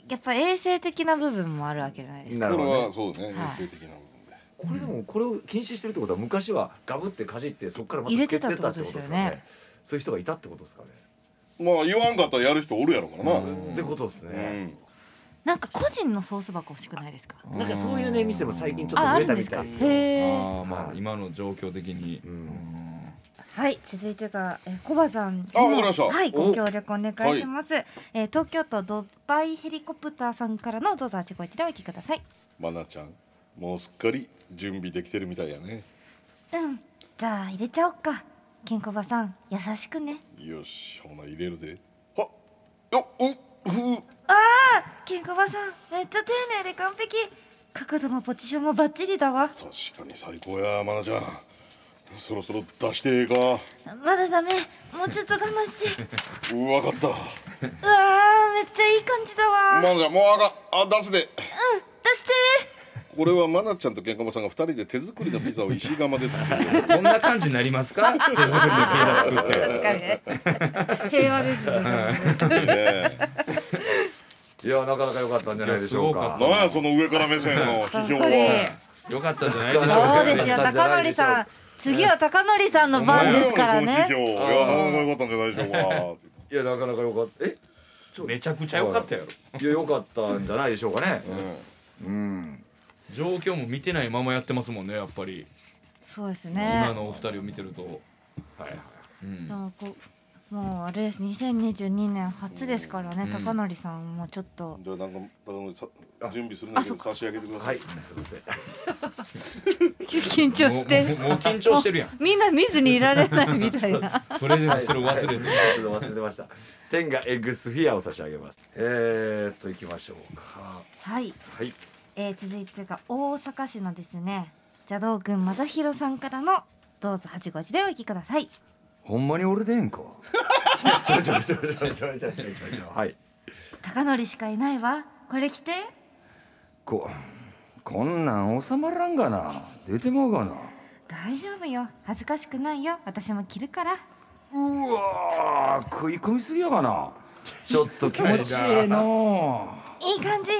Speaker 6: い、やっぱ衛生的な部分もあるわけじゃないですか
Speaker 4: なる
Speaker 2: こ
Speaker 4: ほ
Speaker 2: れ
Speaker 4: ど
Speaker 2: は
Speaker 4: ね
Speaker 2: そうね
Speaker 6: はい
Speaker 2: 衛生的な部分で
Speaker 4: これでもこれを禁止してるってことは昔はガブってかじってそこからまた
Speaker 6: 入れ
Speaker 4: つ
Speaker 6: て
Speaker 4: け
Speaker 6: た
Speaker 4: て
Speaker 6: ったて
Speaker 4: って
Speaker 6: こ
Speaker 4: ことと
Speaker 6: で
Speaker 4: ですす
Speaker 6: よ
Speaker 4: よ
Speaker 6: ね
Speaker 4: ねそういう人がいたってことですかね
Speaker 2: まあ言わんかったらやる人おるやろからな
Speaker 4: ってことです
Speaker 2: う
Speaker 4: ね
Speaker 2: ん
Speaker 6: なんか個人のソース箱欲しくないですか
Speaker 4: なんかそういうね店も最近ちょっと
Speaker 6: ああ
Speaker 4: 増
Speaker 6: る
Speaker 4: え
Speaker 6: ん
Speaker 4: た
Speaker 6: で
Speaker 4: み
Speaker 6: す
Speaker 4: た
Speaker 6: か
Speaker 4: い
Speaker 6: へ
Speaker 4: ですよ
Speaker 6: え
Speaker 5: ああまあ今の状況的に
Speaker 4: うん
Speaker 6: はい、続いてが、えー、コバさん。
Speaker 2: あわかりました
Speaker 6: はい、
Speaker 4: お
Speaker 6: ご協力お願いします。えー東京都ドバイヘリコプターさんからのどうぞ851でお聞きください。
Speaker 2: まなちゃんもうすっかり準備できてるみたいやね
Speaker 6: うん、じゃあ、入れちゃおっか。ケンコバさん、優しくね。
Speaker 2: よしほな入れるではよっうふう
Speaker 6: ケンコバさん、めっちゃ丁寧で完璧。角度もポジションもバッチリだわ。
Speaker 2: 確かに最高やまなちゃんそろそろ出してええか
Speaker 7: まだダメもうちょっと我慢 して
Speaker 2: うわかった
Speaker 7: うわーめっちゃいい感じだわ、
Speaker 2: まなちゃんもうあかんあ出す
Speaker 7: うん
Speaker 2: で
Speaker 7: 出して
Speaker 2: これはまなちゃんとケンカマさんが2人で手作りのピザを石窯で作って る
Speaker 5: こんな感じになりますか手作りのピザ作って
Speaker 6: 確かにね平和ですね
Speaker 2: ね
Speaker 4: いやなかなか良かったんじゃないでしょうか
Speaker 5: いやすごかっ
Speaker 2: な
Speaker 5: た
Speaker 2: んやその上から目線の批評
Speaker 6: こ
Speaker 2: は
Speaker 6: れ
Speaker 5: よかったんじゃないでしょう
Speaker 6: そ
Speaker 5: か
Speaker 6: うですよ高典さん次は高典さんの
Speaker 2: な
Speaker 6: 番
Speaker 2: んや
Speaker 6: で
Speaker 2: そ
Speaker 6: すから
Speaker 2: の
Speaker 6: ね
Speaker 2: 批評いやなかなか良かったんじゃないでしょうか
Speaker 4: いやなかなか良かったえ
Speaker 5: めちゃくちゃ良かったやろ
Speaker 4: いや良かったんじゃないでしょうかね、
Speaker 5: 状況も見てないままやってますもんねやっぱり
Speaker 6: そうです
Speaker 5: 今
Speaker 6: ね
Speaker 5: のお二人を見てると
Speaker 6: でもこうもうあれです2022年初ですからね、高典さんもちょっと
Speaker 2: じゃあなんか高野さ準備するので差し上げてくださ
Speaker 4: はい
Speaker 2: い
Speaker 4: すいません
Speaker 6: 緊張
Speaker 5: もうもうもう
Speaker 6: して
Speaker 5: 緊張してるやん
Speaker 6: みんな見ずにいられないみたいな
Speaker 5: プレゼンする忘れて
Speaker 4: はいちょっと忘れてました天がエッグスフィアを差し上げますえー、っといきましょうか
Speaker 6: はい、
Speaker 4: はい
Speaker 6: えー、続いてが大阪市のですね邪道君正弘さんからの「どうぞ八五時でお聞きください
Speaker 4: ほんまに俺でええんかちょちょちょちょちょちょちょちょちょはい」
Speaker 6: 高典しかいないわこれ着て
Speaker 4: ここんなん収まらんがな出てまうがな
Speaker 6: 大丈夫よ恥ずかしくないよ私も着るから
Speaker 4: うわー食い込みすぎやがなちょっと気持ちええない
Speaker 6: い感じ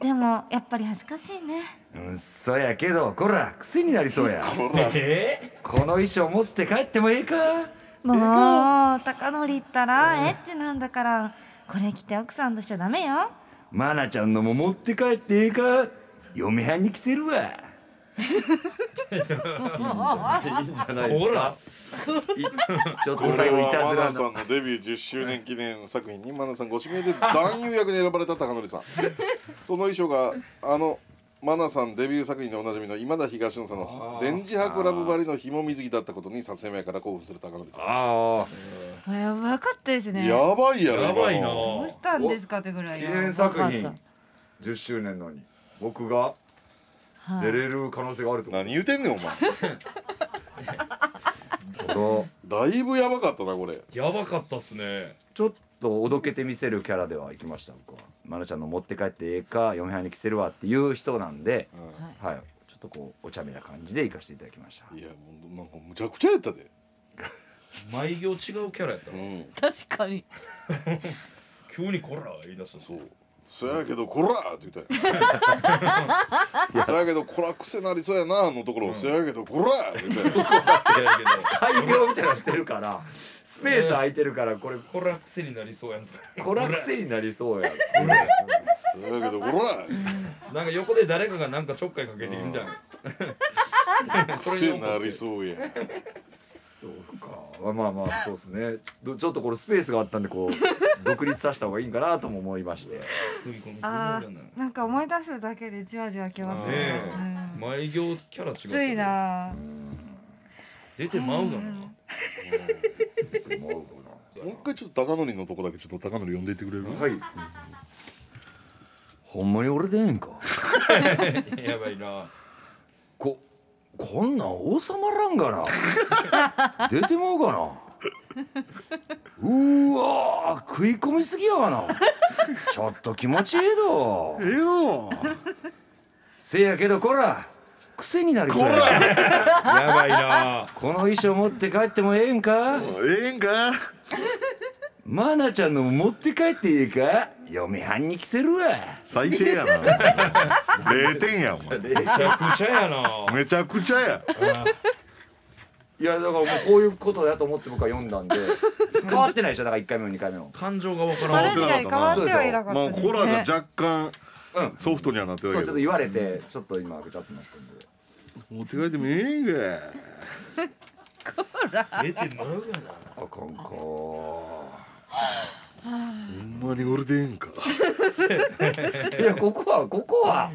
Speaker 6: でもやっぱり恥ずかしいね
Speaker 4: うんそやけどこら癖になりそうや
Speaker 5: ええ
Speaker 4: この衣装持って帰ってもええか
Speaker 6: もう高典ったらエッチなんだからこれ着て奥さんとしちゃダメよ
Speaker 4: マナちゃんのも持って帰ってええか嫁はんに着せるわいいんじゃないで
Speaker 5: ほ
Speaker 4: す
Speaker 5: ら
Speaker 4: ちょっ
Speaker 2: ことれ
Speaker 4: 最後いた
Speaker 2: はマナ
Speaker 4: ずら
Speaker 2: さ
Speaker 4: の
Speaker 2: んのデビュー10周年記念作品にマナさんご指名で男優役に選ばれた高典さんその衣装があのマナさんデビュー作品でおなじみの今田東野さんのレンジ箱ラブ張りの紐水着だったことに撮影前から興奮する高典さ
Speaker 4: あ
Speaker 6: やばかったです
Speaker 2: ん
Speaker 6: ね
Speaker 2: やばいやろ
Speaker 5: やばいな
Speaker 2: 今の
Speaker 6: どうしたんですかってぐら
Speaker 4: あ
Speaker 6: い
Speaker 4: 記念作
Speaker 6: やばか
Speaker 4: 品
Speaker 6: っ
Speaker 4: 10周年のに僕が
Speaker 6: たはい
Speaker 4: 出れる可能性があると思う
Speaker 2: 何言うてんねんお前
Speaker 4: こ
Speaker 2: だいぶやばかったなこれ
Speaker 5: やばかったっすね
Speaker 4: のちょっとおどけてみせるキャラではいきました僕はマナちゃんの持って帰ってええか嫁はんに着せるわっていう人なんで、はいちょっとこうお茶目な感じで行かせていただきました
Speaker 2: いやもうなんかむちゃくちゃやったで
Speaker 5: 毎行違うキャラやった
Speaker 2: う
Speaker 5: なん
Speaker 6: 確かに
Speaker 5: 急にこら言い出した
Speaker 2: そうそやけどこらって言 ったよそやけどこら癖なりそうやなのところをそやけどこらって言ったよ
Speaker 5: いやいや
Speaker 4: 開業みたいなのしてるからスペース空いてるからこれ
Speaker 5: こら癖になりそうやな
Speaker 4: こら癖になりそうや
Speaker 2: そやけどこら
Speaker 5: なんか横で誰かがなんかちょっかいかけてるみたいな
Speaker 2: 癖なりそうや
Speaker 4: そうかまあまあまあそうですねどちょっとこれスペースがあったんでこう独立させた方がいいんかなとも思いまして
Speaker 5: 食い込みすぎるな
Speaker 6: あーなんか思い出すだけでじわじわきますね
Speaker 5: ねえ毎行キャラ違う
Speaker 6: うん、ついな
Speaker 5: 出てまうがな
Speaker 2: もう一回ちょっと高典のとこだけちょっと高典呼んでいってくれる
Speaker 4: はい、ほんまに俺でええんか
Speaker 5: やばいな
Speaker 4: ここんなん収まらんがな出てまうがなうーわー食い込みすぎやがなちょっと気持ちええどええよせやけどこら癖になりそうや
Speaker 5: やばいな
Speaker 4: この衣装持って帰ってもええんか
Speaker 2: ええんか
Speaker 4: マナちゃんのも持って帰っていいか嫁はんに着せるわ
Speaker 2: 最低や な0点やお前
Speaker 5: めちゃくちゃやな
Speaker 2: めちゃくちゃや
Speaker 4: いやだからもうこういうことだと思って僕は読んだ んで変わってないでしょだから1回目も2回目も
Speaker 5: 感情がわからん
Speaker 6: 確かに変わってはいなか
Speaker 2: まあ
Speaker 6: ったです
Speaker 2: コラが
Speaker 6: ね
Speaker 2: 若干
Speaker 4: うん
Speaker 2: ソフトにはなって
Speaker 4: そう
Speaker 2: る
Speaker 4: ちょ
Speaker 2: け
Speaker 4: っと
Speaker 2: ど
Speaker 4: 言われてちょっと今ぐちゃっとなったんで
Speaker 2: 持って帰ってもええんか
Speaker 5: 出てまうがな
Speaker 4: あかんか
Speaker 2: ほんまに俺でええんか
Speaker 4: いやここはここは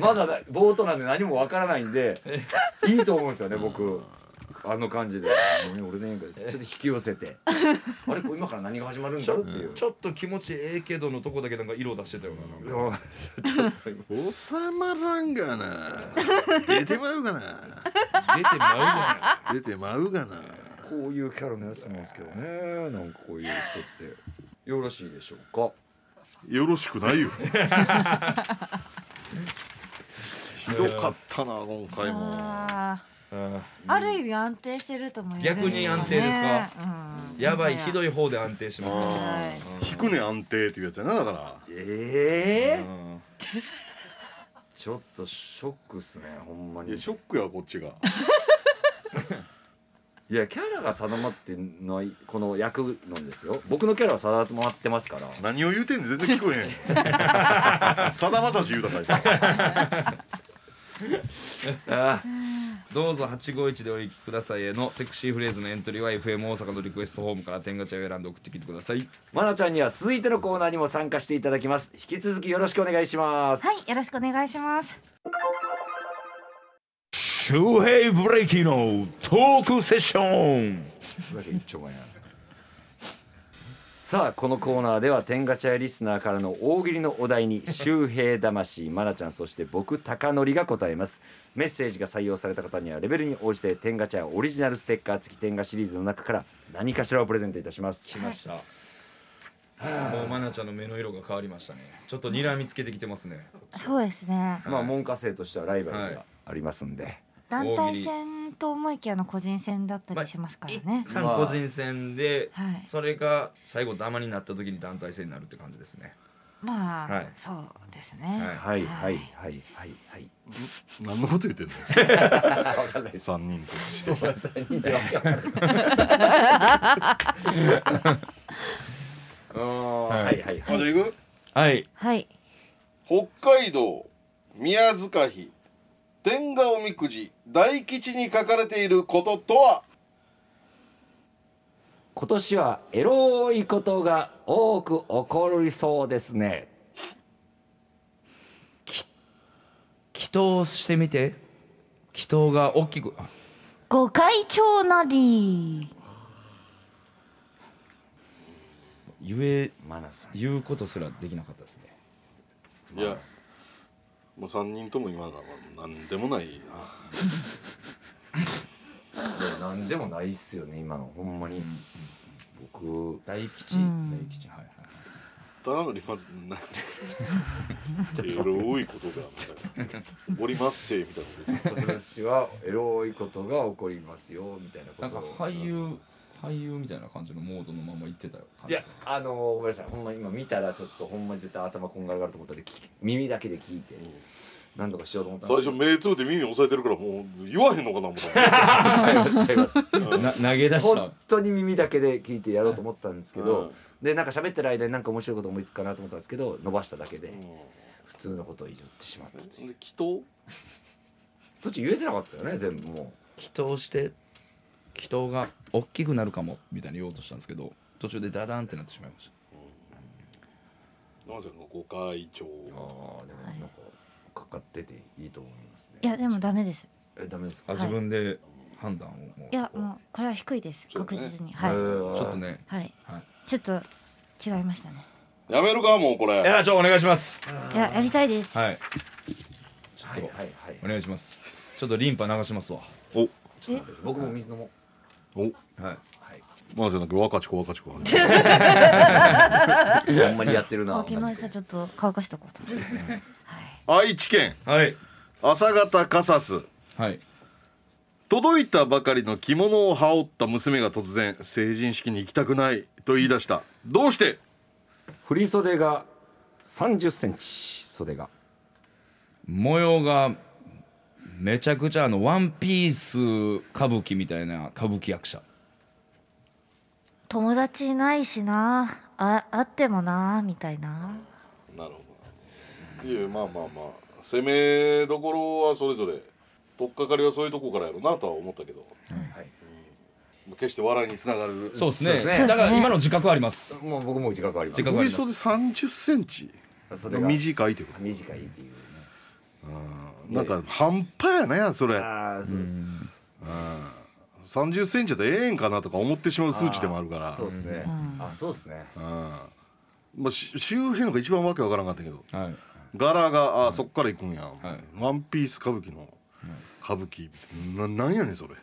Speaker 4: まだなボートなんで何もわからないんでいいと思うんですよね僕あの感じで「ごめん俺でええんか」ちょっと引き寄せて「あれこれ今から何が始まるんだ?」っていう。
Speaker 5: ちょっと気持ちええけどのとこだけなんか色出してたよななんか
Speaker 4: うん
Speaker 2: 収まらんがな 出てまうがな
Speaker 5: 出てまうわ
Speaker 2: 出てまうがな
Speaker 4: こういうキャラのやつなんですけどねなんかこういう人ってよろしいでしょうか
Speaker 2: よろしくないよ ひどかったな今回も
Speaker 6: あ
Speaker 5: あ
Speaker 6: ーある意味安定してると思います、
Speaker 5: 逆に安定ですか
Speaker 6: うん、
Speaker 5: やばいひ
Speaker 6: い、
Speaker 5: どい方で安定してますから
Speaker 6: はい
Speaker 2: 引くね安定っていうやつやなだから
Speaker 4: ええ
Speaker 5: うん
Speaker 4: ちょっとショックっすねほんま
Speaker 2: い
Speaker 4: に
Speaker 2: やショックやこっちが
Speaker 4: いやキャラが定まってないこの役なんですよ僕のキャラは定まってますから
Speaker 2: 何を言うてんの全然聞こ えへんさだまさし言うたかい
Speaker 4: あ
Speaker 5: どうぞ851でお行きくださいへのセクシーフレーズのエントリーは FM 大阪のリクエストホームから天ガチャを選んで送ってきてください
Speaker 4: まなちゃんには続いてのコーナーにも参加していただきます引き続きよろしくお願いします
Speaker 6: はい、よろしくお願いします
Speaker 8: 周平ブレイキのトークセッション
Speaker 4: さあこのコーナーでは天ガチャやリスナーからの大喜利のお題に周平魂まなちゃんそして僕高則が答えますメッセージが採用された方にはレベルに応じて天ガチャやオリジナルステッカー付き天ガシリーズの中から何かしらをプレゼントいたします
Speaker 5: 来ました、もうマナちゃんの目の色が変わりましたねちょっと睨みつけてきてますね
Speaker 6: そうですね
Speaker 4: まあ門下生としてはライバ
Speaker 5: は
Speaker 4: ル
Speaker 5: い
Speaker 4: がありますんで、
Speaker 6: 団体戦と思いきやの個人戦だったりしますからね、
Speaker 5: 一旦個人戦で、
Speaker 6: はい
Speaker 5: それが最後ダマになった時に団体戦になるって感じですね
Speaker 6: まあ、
Speaker 5: はい
Speaker 6: そうですね、
Speaker 5: はい
Speaker 4: はいはいはいはいはい
Speaker 2: 何のこと言って んの3人として
Speaker 4: はいはいはい
Speaker 2: あじゃあ行く
Speaker 5: はい
Speaker 6: はい
Speaker 2: 北海道宮塚日天下おみくじ大吉に書かれていることとは
Speaker 4: 今年はエロいことが多く起こりそうですね
Speaker 5: 祈祷してみて祈祷が大きくあ
Speaker 6: ご会長なり
Speaker 5: 言え
Speaker 4: マナさん
Speaker 5: 言うことすらできなかったですね
Speaker 2: いやもう3人とも今が何でもないな
Speaker 4: 何でもないっすよね今のほんまに僕
Speaker 5: 大吉、
Speaker 6: ん
Speaker 5: 大吉はいはいはい
Speaker 2: ただのりまず何エロいことがみたいなおりまっせみたいなこと
Speaker 4: 今年はエロいことが起こりますよみたいな
Speaker 5: なん
Speaker 4: こ
Speaker 5: か
Speaker 4: とを
Speaker 5: 俳優俳優みたいな感じのモードのまま言ってたよ
Speaker 4: いやあのーごめんなさいほんま今見たらちょっとほんまに絶対頭こんがらがると思ったんで聞き耳だけで聞いて何とかしようと思った
Speaker 2: 最初
Speaker 4: 初
Speaker 2: 目つぶって耳押さえてるからもう言わへんのかな思った
Speaker 4: ちゃいます
Speaker 5: な投げ出した
Speaker 4: 本当に耳だけで聞いてやろうと思ったんですけ
Speaker 2: うん
Speaker 4: どでなんか喋ってる間になんか面白いこと思いつくかなと思ったんですけど伸ばしただけで普通のことを言ってしまった
Speaker 2: で祈祷
Speaker 4: 途中言えてなかったよね全部も
Speaker 5: 祈祷して祈祷が大きくなるかもみたいに言おうとしたんですけど途中でダダンってなってしまいまし
Speaker 2: なんじゃのご会長
Speaker 4: うああでもなんかかかってていいと思いますね
Speaker 6: いやでもダメです
Speaker 4: えダメです
Speaker 5: た
Speaker 4: か
Speaker 5: あ
Speaker 6: はい
Speaker 5: 自分で判断をもう
Speaker 6: いやもうこれは低いです
Speaker 2: そうだ
Speaker 6: 確
Speaker 2: ね
Speaker 6: 実にはい、
Speaker 4: えー
Speaker 5: ちょっとね
Speaker 6: はい
Speaker 5: はい
Speaker 6: ちょっと違いましたね
Speaker 2: やめるかもうこれ
Speaker 5: いやちょお願いします
Speaker 6: いややりたいです、
Speaker 5: はいちょっ
Speaker 4: はい
Speaker 5: と、
Speaker 4: はいはい
Speaker 5: お願いしますちょっとリンパ流しますわ
Speaker 2: お
Speaker 6: え
Speaker 4: 僕も水飲も
Speaker 2: お
Speaker 4: う
Speaker 5: はい
Speaker 2: まあじゃなく若ちこ若ちこ
Speaker 4: あんまりやってるな
Speaker 6: わかりましたちょっと乾かしとこうと思ってはい
Speaker 2: 愛知県
Speaker 5: はい
Speaker 2: 朝方カサス
Speaker 5: はい
Speaker 2: 届いたばかりの着物を羽織った娘が突然成人式に行きたくないと言い出したどうして
Speaker 4: 振り袖が3 0ンチ袖が
Speaker 5: 模様がめちゃくちゃあのワンピース歌舞伎みたいな歌舞伎役者
Speaker 6: 友達いないしなああってもなみたいな
Speaker 2: なるほどいやまあまあまあ攻めどころはそれぞれ取っかかりはそういうとこからやろうなとは思ったけど、うん決して笑いにつながる
Speaker 5: そうですね
Speaker 4: そうですね
Speaker 5: だから今の自覚はあります
Speaker 4: もう僕も自覚あります
Speaker 5: 自覚あります
Speaker 2: 三十センチ
Speaker 4: 袖が
Speaker 2: いってこ
Speaker 4: 短いっていうね
Speaker 2: となんか半端やねそれ
Speaker 4: ああそうです
Speaker 2: 30センチだとええんかなとか思ってしまう数値でもあるから
Speaker 4: そうですね、あそうですね
Speaker 2: うんまあ、し周辺が一番わけわからんかったけど
Speaker 5: はい
Speaker 2: 柄があそっから行くんや、
Speaker 5: い
Speaker 2: ワンピース歌舞伎の歌舞伎ななんやねんそれ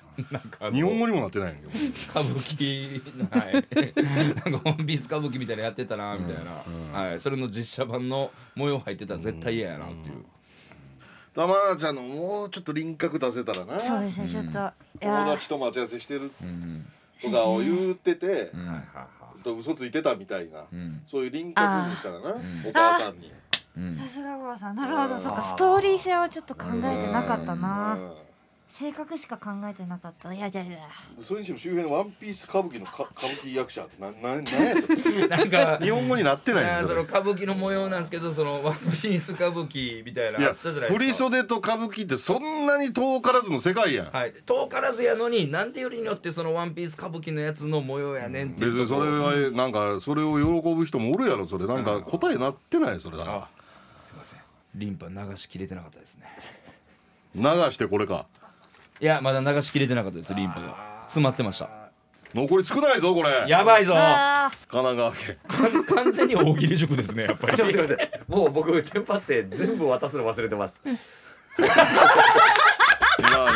Speaker 2: 日本語にもなってないんやけど
Speaker 5: 歌舞伎はいなんかワンピース歌舞伎みたいなのやってたなみたいな、はい、それの実写版の模様入ってたら絶対嫌やなっていう、
Speaker 2: 玉菜ちゃんのもうちょっと輪郭出せたらな
Speaker 6: そうですね、ちょっとい
Speaker 2: 友
Speaker 6: や
Speaker 2: 達と待ち合わせしてるとかを言ってて、と嘘ついてたみたいな、そういう輪郭にしたらな、お母さんに。
Speaker 6: さすが五郎さんなるほどそっかストーリー性はちょっと考えてなかったな性格しか考えてなかったいやいやいや
Speaker 2: うんそれにしても周辺のワンピース歌舞伎のか歌舞伎役者ってなななんやそれ
Speaker 5: なんか
Speaker 2: 日本語になってない
Speaker 5: あ
Speaker 2: ね
Speaker 5: ー
Speaker 2: んそ
Speaker 5: そ
Speaker 2: れ
Speaker 5: の歌舞伎の模様なんですけどそのワンピース歌舞伎みたいないのあ
Speaker 2: や
Speaker 5: ったじゃない
Speaker 2: 振
Speaker 5: で
Speaker 2: り
Speaker 5: すか
Speaker 2: 袖と歌舞伎ってそんなに遠からずの世界やん、
Speaker 5: はい、遠からずやのになんでよりによってその「ワンピース歌舞伎のやつの模様やねんってい
Speaker 2: 別
Speaker 5: う
Speaker 2: にそれはなんかそれを喜ぶ人もおるやろそれなんか答えなってないそれだか
Speaker 5: あすいませんリンパ流しきれてなかったですね
Speaker 2: ら流してこれか
Speaker 5: いやまだ流しきれてなかったですリンパが詰まってました
Speaker 2: 残り少ないぞこれ神
Speaker 5: やばいぞ
Speaker 6: あ
Speaker 2: 奈川県
Speaker 5: 完全に大喜利塾ですねやっぱり
Speaker 4: ちょっと待って待ってもう僕テンパって全部渡すの忘れてます
Speaker 2: 今ね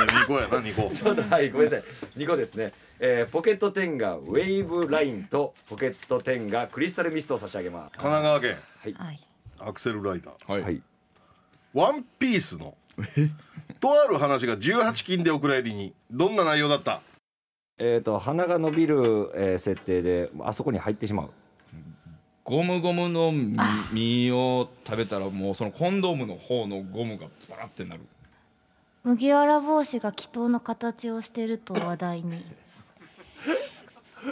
Speaker 2: 2個やな2個
Speaker 4: ちょっとはいごめんなさい2個ですね、えーポケットテンガウェーブラインとポケットテンガクリスタルミストを差し上げます
Speaker 2: 神奈川県
Speaker 6: ーはい
Speaker 2: アクセルライダー
Speaker 5: はい
Speaker 4: はい
Speaker 2: ワンピースのとある話が18禁でお蔵入りにどんな内容だった
Speaker 4: えっ、と鼻が伸びる、えー設定であそこに入ってしまう
Speaker 5: ゴムゴムのみ実を食べたらもうそのコンドームの方のゴムがバラってなる
Speaker 6: 麦わら帽子が祈祷の形をしてると話題に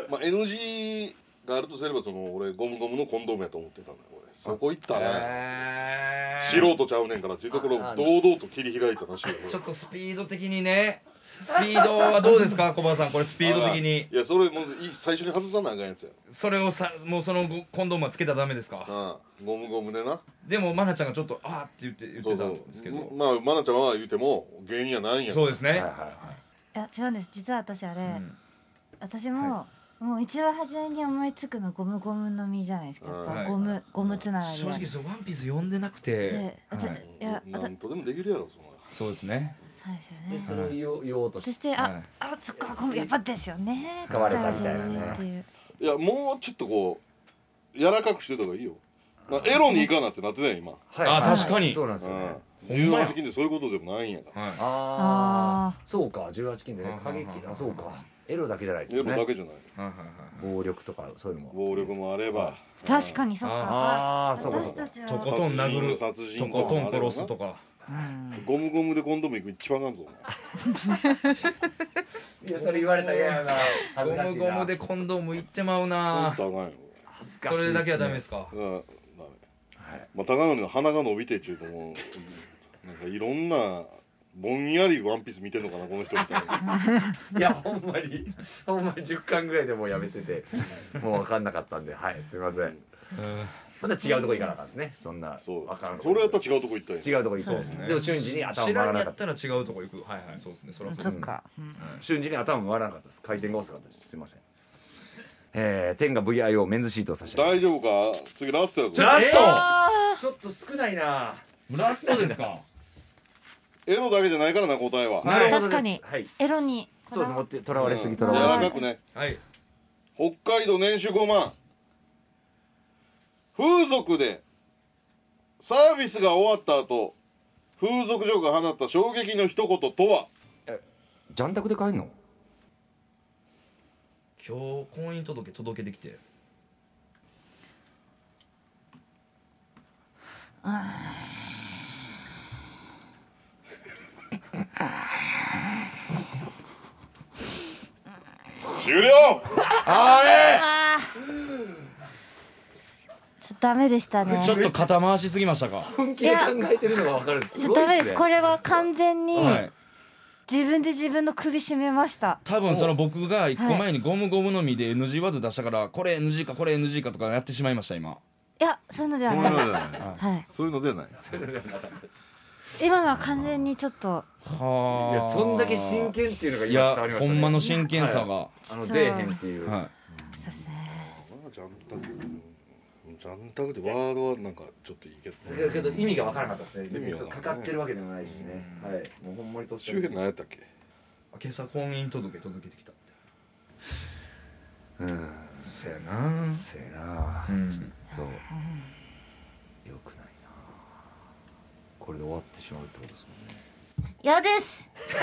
Speaker 2: まあ NG があるとすればその俺ゴムゴムのコンドームやと思ってたんだよ俺そこ行ったね
Speaker 5: え
Speaker 2: 素人ちゃうねんからっていうところを堂々と切り開いたらしいよ
Speaker 5: ちょっとスピード的にねスピードはどうですか小林さんこれスピード的に
Speaker 2: いやそれもうい最初に外さなあかんやつや
Speaker 5: それをさもうそのゴコンドームはつけたらダメですか
Speaker 2: ああゴムゴムでな
Speaker 5: でもマナちゃんがちょっとあーって言って言ってたんですけどそう
Speaker 2: まあ愛菜ちゃんは言うても原因やないんや
Speaker 5: ですね、
Speaker 6: いや違うんです実は私あれ、私も、もう一番初めに思いつくのゴムゴムの実じゃないですか、やっぱ
Speaker 5: はい
Speaker 6: ゴムゴムつながり
Speaker 5: 正直それワンピース読んでなくて
Speaker 6: で、あた
Speaker 5: はいい、
Speaker 6: やあた
Speaker 2: なんとでもできるやろその
Speaker 5: そうですね
Speaker 6: そうですよね
Speaker 4: それを言おう言おうと
Speaker 6: そ
Speaker 4: し
Speaker 6: してあ、
Speaker 5: はい
Speaker 6: あそっかゴムやっぱですよね
Speaker 4: 使われたみたいなね
Speaker 6: 使っちゃうしっていう
Speaker 2: いやもうちょっとこう柔らかくしてた方がいいよまあエロにいかなってなってない今
Speaker 4: はい
Speaker 5: あ確かに
Speaker 4: そうなんですよね、
Speaker 2: うん18禁でそういうことでもないんやから
Speaker 5: はい
Speaker 4: あ
Speaker 6: あ
Speaker 4: あそうか18禁でね
Speaker 5: あ
Speaker 4: 過激なそうかエロだけじゃないです
Speaker 2: エロ
Speaker 4: よ
Speaker 2: だ
Speaker 4: ね
Speaker 2: けじゃない
Speaker 5: はいはいはい
Speaker 4: 暴力とかそういうのも
Speaker 2: 暴力もあれば
Speaker 6: 確かにそっか
Speaker 4: あーそうかそ
Speaker 6: 私
Speaker 4: うか
Speaker 6: たちは
Speaker 5: とことん殴る
Speaker 2: 殺人
Speaker 5: とことん殺すとか
Speaker 2: ゴムゴムでコンドームいく一番なんぞ
Speaker 4: いやそれ言われたら嫌やな
Speaker 5: ゴ
Speaker 4: 恥ずかし
Speaker 5: ム
Speaker 4: い
Speaker 5: ゴ
Speaker 4: な
Speaker 5: ムでコンドームいってまう
Speaker 2: 本
Speaker 5: な
Speaker 2: 当あかんよ
Speaker 5: それだけはダメですか
Speaker 2: これうんダメまあ高典の鼻が伸びてっちゅうともうなんかいろんなぼんやりワンピース見てんのかなこの人みたいない
Speaker 4: やほんまにほんまに10巻ぐらいでもうやめててもう分かんなかったんではいすみませんまだ違うとこ行かなかったですねそんな
Speaker 2: そう
Speaker 4: 分からんとこ
Speaker 2: それやったら違うとこ行ったんや
Speaker 4: 違うとこ行こうで,、も瞬時に頭
Speaker 5: 知
Speaker 4: 回
Speaker 5: ら
Speaker 4: ら
Speaker 5: んや
Speaker 4: なかっ
Speaker 5: ったたら違うとこ行くはいはいそうですねそれはそう
Speaker 7: そ
Speaker 5: で
Speaker 7: っ
Speaker 5: す
Speaker 7: か、うん
Speaker 4: 瞬時に頭回らなかったです回転が遅かったですすみませんえー、天が VIO メンズシートを差し上げ
Speaker 2: 大丈夫か次ラストやぞ
Speaker 5: ラスト
Speaker 4: ますちょっと少ないな
Speaker 5: ラストですか
Speaker 2: エロだけじゃないからな答えは
Speaker 5: なるほど
Speaker 6: 確かに
Speaker 4: はい
Speaker 6: エロに
Speaker 4: そうです持ってとらわれすぎと
Speaker 2: 柔
Speaker 4: らわ
Speaker 2: ら
Speaker 4: れ
Speaker 2: か
Speaker 4: すぎ
Speaker 2: くね
Speaker 5: はい
Speaker 2: 北海道年収5万風俗でサービスが終わった後風俗嬢が放った衝撃の一言とは
Speaker 4: ジャンタクで帰んの
Speaker 5: 今日婚姻届届けてきて
Speaker 2: 終了
Speaker 6: ちょっとダメでしたね
Speaker 5: ちょっと肩回しすぎましたか
Speaker 4: 本気で考えてるのが分かるんです
Speaker 6: ち
Speaker 4: す
Speaker 6: ょっ
Speaker 4: ご
Speaker 6: とダ
Speaker 4: い
Speaker 6: メ
Speaker 4: で
Speaker 6: ですす
Speaker 4: ね
Speaker 6: これは完全に
Speaker 5: はい
Speaker 6: 自分で自分の首絞めました
Speaker 5: 多分その僕が一個前にゴムゴムの実で NG ワード出したからこれ NG かこれ NG かとかやってしまいました今
Speaker 6: いやそういうのではないです、はい、
Speaker 2: そういうのではない
Speaker 6: 今のは完全にちょっと
Speaker 5: はい
Speaker 4: やそんだけ真剣っていうのが
Speaker 5: い
Speaker 4: 今伝わり
Speaker 5: や
Speaker 4: ましたね
Speaker 5: ほんまの真剣さが、
Speaker 4: あの出えへんっていう、
Speaker 5: は
Speaker 6: そうですね
Speaker 2: ジャンタクジャンタクってワードはなんかちょっといいけど
Speaker 4: だけど意味が分からなかったですね別
Speaker 2: 意味
Speaker 4: に
Speaker 2: は
Speaker 4: そう
Speaker 2: 分か
Speaker 4: からか
Speaker 2: ない
Speaker 4: ってるわけでもないしねはいもうほんまに年
Speaker 2: 周辺何やったっけ
Speaker 5: い、今朝婚姻届届けてきた
Speaker 4: うん
Speaker 8: そやな
Speaker 4: せやな
Speaker 5: うん
Speaker 4: そうよくないなこれで終わってしまうってことですもんね
Speaker 6: 嫌です
Speaker 4: さ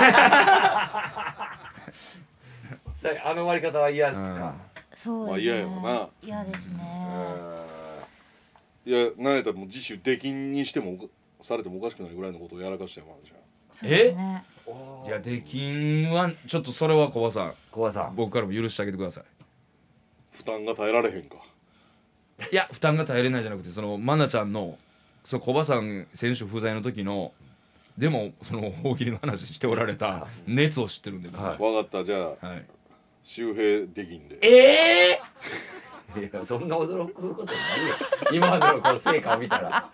Speaker 4: ああの割り方は嫌ですか
Speaker 6: そう
Speaker 2: まあ
Speaker 6: ですね
Speaker 2: 嫌やろな
Speaker 6: 嫌ですね
Speaker 2: いや何やったらもう自主できんにしてもおかされてもおかしくないぐらいのことをやらかしてやまんじゃん
Speaker 6: そうですね
Speaker 5: いやできんはちょっとそれは小葉さん
Speaker 4: 怖さん
Speaker 5: 僕からも許してあげてください
Speaker 2: 負担が耐えられへんか
Speaker 5: いや負担が耐えれないじゃなくてその愛菜ちゃんのそう小葉さん選手不在の時のでもその大喜利の話しておられた熱を知ってるんで、僕は
Speaker 2: 分かったじゃあ
Speaker 5: はい、
Speaker 2: 周平できんで
Speaker 4: ええいやそんな驚くことないよ今のこの成果を見たら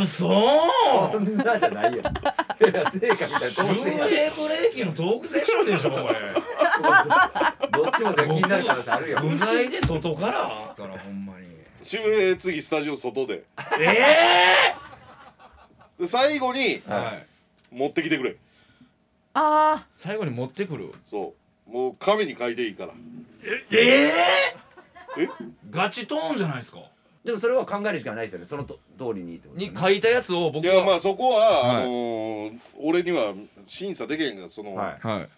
Speaker 8: うそ
Speaker 4: そんなじゃないよいや成果見たらどうせや
Speaker 8: ブレーキのトークセッションでしょこ
Speaker 4: どっちも気になる可能性あるよ
Speaker 8: れ不在で外からからほんまに
Speaker 2: 周平次スタジオ外でえで最後に
Speaker 5: はい、
Speaker 2: 持ってきてくれ
Speaker 6: あ
Speaker 5: 最後に持ってくる
Speaker 2: そうもう紙に書いていいから
Speaker 8: え
Speaker 2: ええ
Speaker 8: ガチトーンじゃないですか
Speaker 4: でもそれは考えるしかないですよねそのと通りにってこと
Speaker 5: に書いたやつを僕
Speaker 2: い
Speaker 5: は
Speaker 2: やまあそこは、
Speaker 5: はい
Speaker 2: あのー俺には審査できへんからその、
Speaker 4: はい
Speaker 5: はい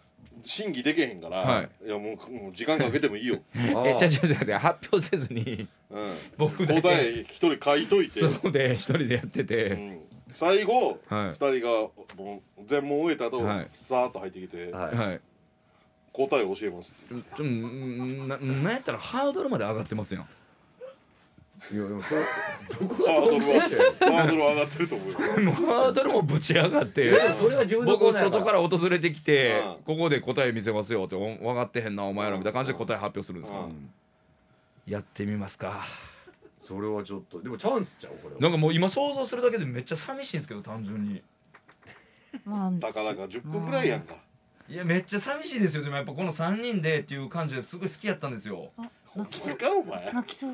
Speaker 2: 審議できへんから、
Speaker 5: はい
Speaker 2: い、やもうもう時間かけてもいいよ、
Speaker 5: え
Speaker 4: あ
Speaker 5: じゃじゃじゃじゃ発表せずに
Speaker 2: うん、
Speaker 5: 僕だ
Speaker 2: 答
Speaker 5: け
Speaker 2: え一人書いといて、
Speaker 5: そこで一人でやって
Speaker 2: う
Speaker 5: て、
Speaker 2: ん、最後、
Speaker 5: はい
Speaker 2: 二人がもう全問終えた後、
Speaker 5: はい
Speaker 2: さーっと入ってきて、
Speaker 4: あはい
Speaker 5: はい
Speaker 2: 答えを教えますって
Speaker 5: ちょっとななんやったらハードルまで上がってますよ
Speaker 4: いやでもそれどこ
Speaker 2: ハ
Speaker 4: が
Speaker 2: ードルは
Speaker 4: してる
Speaker 2: ハードルは上がってると思うよ
Speaker 5: もうハードルもぶち上がって
Speaker 4: でもそれは自分のコー
Speaker 5: 僕
Speaker 4: ナーや
Speaker 5: 外 から訪れてきて、
Speaker 2: うん
Speaker 5: ここで答え見せますよってお分かってへんなお前らみたいな感じで答え発表するんですか、
Speaker 2: うん
Speaker 5: やってみますか
Speaker 4: それはちょっとでもチャンスちゃうこれは
Speaker 5: なんかもう今想像するだけでめっちゃ寂しいんですけど単純に
Speaker 6: あまあ
Speaker 2: たかだか10分ぐらいやんか
Speaker 5: いやめっちゃ寂しいですよでもやっぱこの3人でっていう感じですごい好きやったんですよ
Speaker 2: お前かお前
Speaker 6: 泣きそう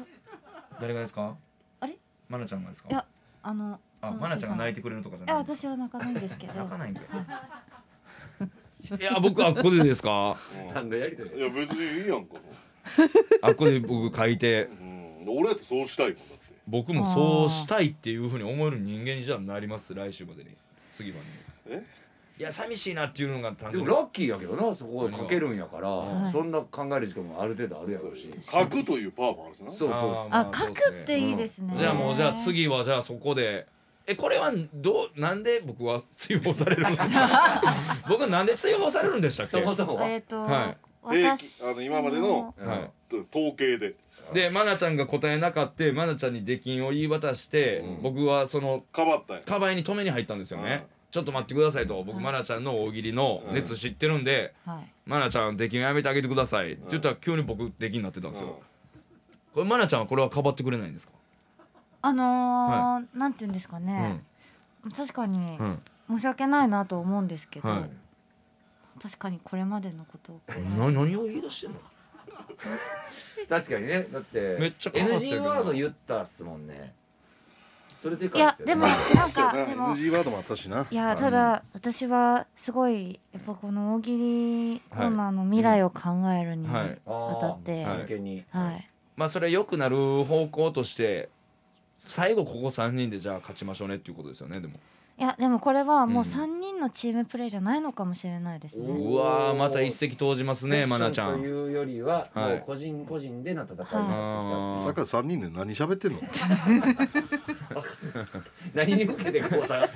Speaker 5: 誰がですか
Speaker 6: あれ
Speaker 5: マナちゃんがですか
Speaker 6: いやあの
Speaker 5: あ
Speaker 6: 楽しい
Speaker 5: マナちゃんが泣い
Speaker 6: さ
Speaker 5: てくれるとかじゃ
Speaker 6: え
Speaker 5: ないんです
Speaker 6: 私は泣かないんですけど
Speaker 5: 泣かないんか
Speaker 6: はい
Speaker 5: いや僕あっこでですか
Speaker 4: 何のやりとり
Speaker 2: いや別にいいやんか、
Speaker 5: あっこで僕書いて
Speaker 2: うん、俺だってそうしたいもんだって
Speaker 5: 僕もそうしたいっていうふうに思える人間にじゃあなります来週までに次までに
Speaker 2: え
Speaker 5: いや寂しいなっていうのが単
Speaker 4: でも
Speaker 5: 純
Speaker 4: ラッキーやけどなそこをかけるんやから、
Speaker 6: い
Speaker 4: そんな考える時間もある程度あるやろうし
Speaker 2: 書くというパワーもあるしな
Speaker 4: そうそう
Speaker 5: ーま
Speaker 6: あ書
Speaker 5: そう
Speaker 6: く
Speaker 5: す
Speaker 6: っ
Speaker 5: ね
Speaker 6: ていいですね
Speaker 5: じゃあもうじゃあ次はじゃあそこでえこれはどうなんで僕は追放されるんです か僕はなんで追放されるんでしたっけ
Speaker 4: そもそもは、
Speaker 6: えっと
Speaker 5: はい
Speaker 2: で
Speaker 6: 私
Speaker 2: あの今までの
Speaker 4: うん
Speaker 5: はい
Speaker 2: 統計で
Speaker 5: でマナちゃんが答えなかってマナちゃんに出禁を言い渡して、僕はその
Speaker 2: かばったんや
Speaker 5: カバエに止めに入ったんですよね、ちょっと待ってくださいと僕マナちゃんの大喜利の熱知ってるんで、
Speaker 6: はい
Speaker 5: マナちゃん出禁やめてあげてくださいって言ったら急に僕出禁になってたんですよ、これマナちゃんはこれはかばってくれないんですか、
Speaker 6: あのーなんて言うんですかね確かに
Speaker 5: うん
Speaker 6: 申し訳ないなと思うんですけど
Speaker 5: はい
Speaker 6: 確かにこれまでのことを
Speaker 5: な何を言い出してんの
Speaker 4: 確かにねだって
Speaker 5: めっちゃ変わってるけ
Speaker 4: NG
Speaker 5: ど
Speaker 4: ワード言ったっすもんねそれでかいで
Speaker 6: いや
Speaker 4: すよ、ね、
Speaker 6: でもなんか
Speaker 2: そうやな
Speaker 6: でも
Speaker 2: NG ワードもあったしない
Speaker 6: やただ私はすごいやっぱこの大喜利コーナーの未来を考えるに
Speaker 5: はい
Speaker 4: あー
Speaker 6: 当たって
Speaker 4: 真剣に、
Speaker 6: はい
Speaker 5: まあそれは良くなる方向として最後ここ3人でじゃあ勝ちましょうねっていうことですよねでも
Speaker 6: いやでもこれはもううん3人のチームプレーじゃないのかもしれないですね、
Speaker 4: お
Speaker 5: うわーまた一石投じますねマナちゃ
Speaker 4: セッションと
Speaker 5: ん
Speaker 4: いうよりは、
Speaker 5: はい
Speaker 4: もう個人個人での戦いになってきたって
Speaker 5: あ
Speaker 2: さっきから3人で何喋ってんの
Speaker 4: 何に向けてこうさ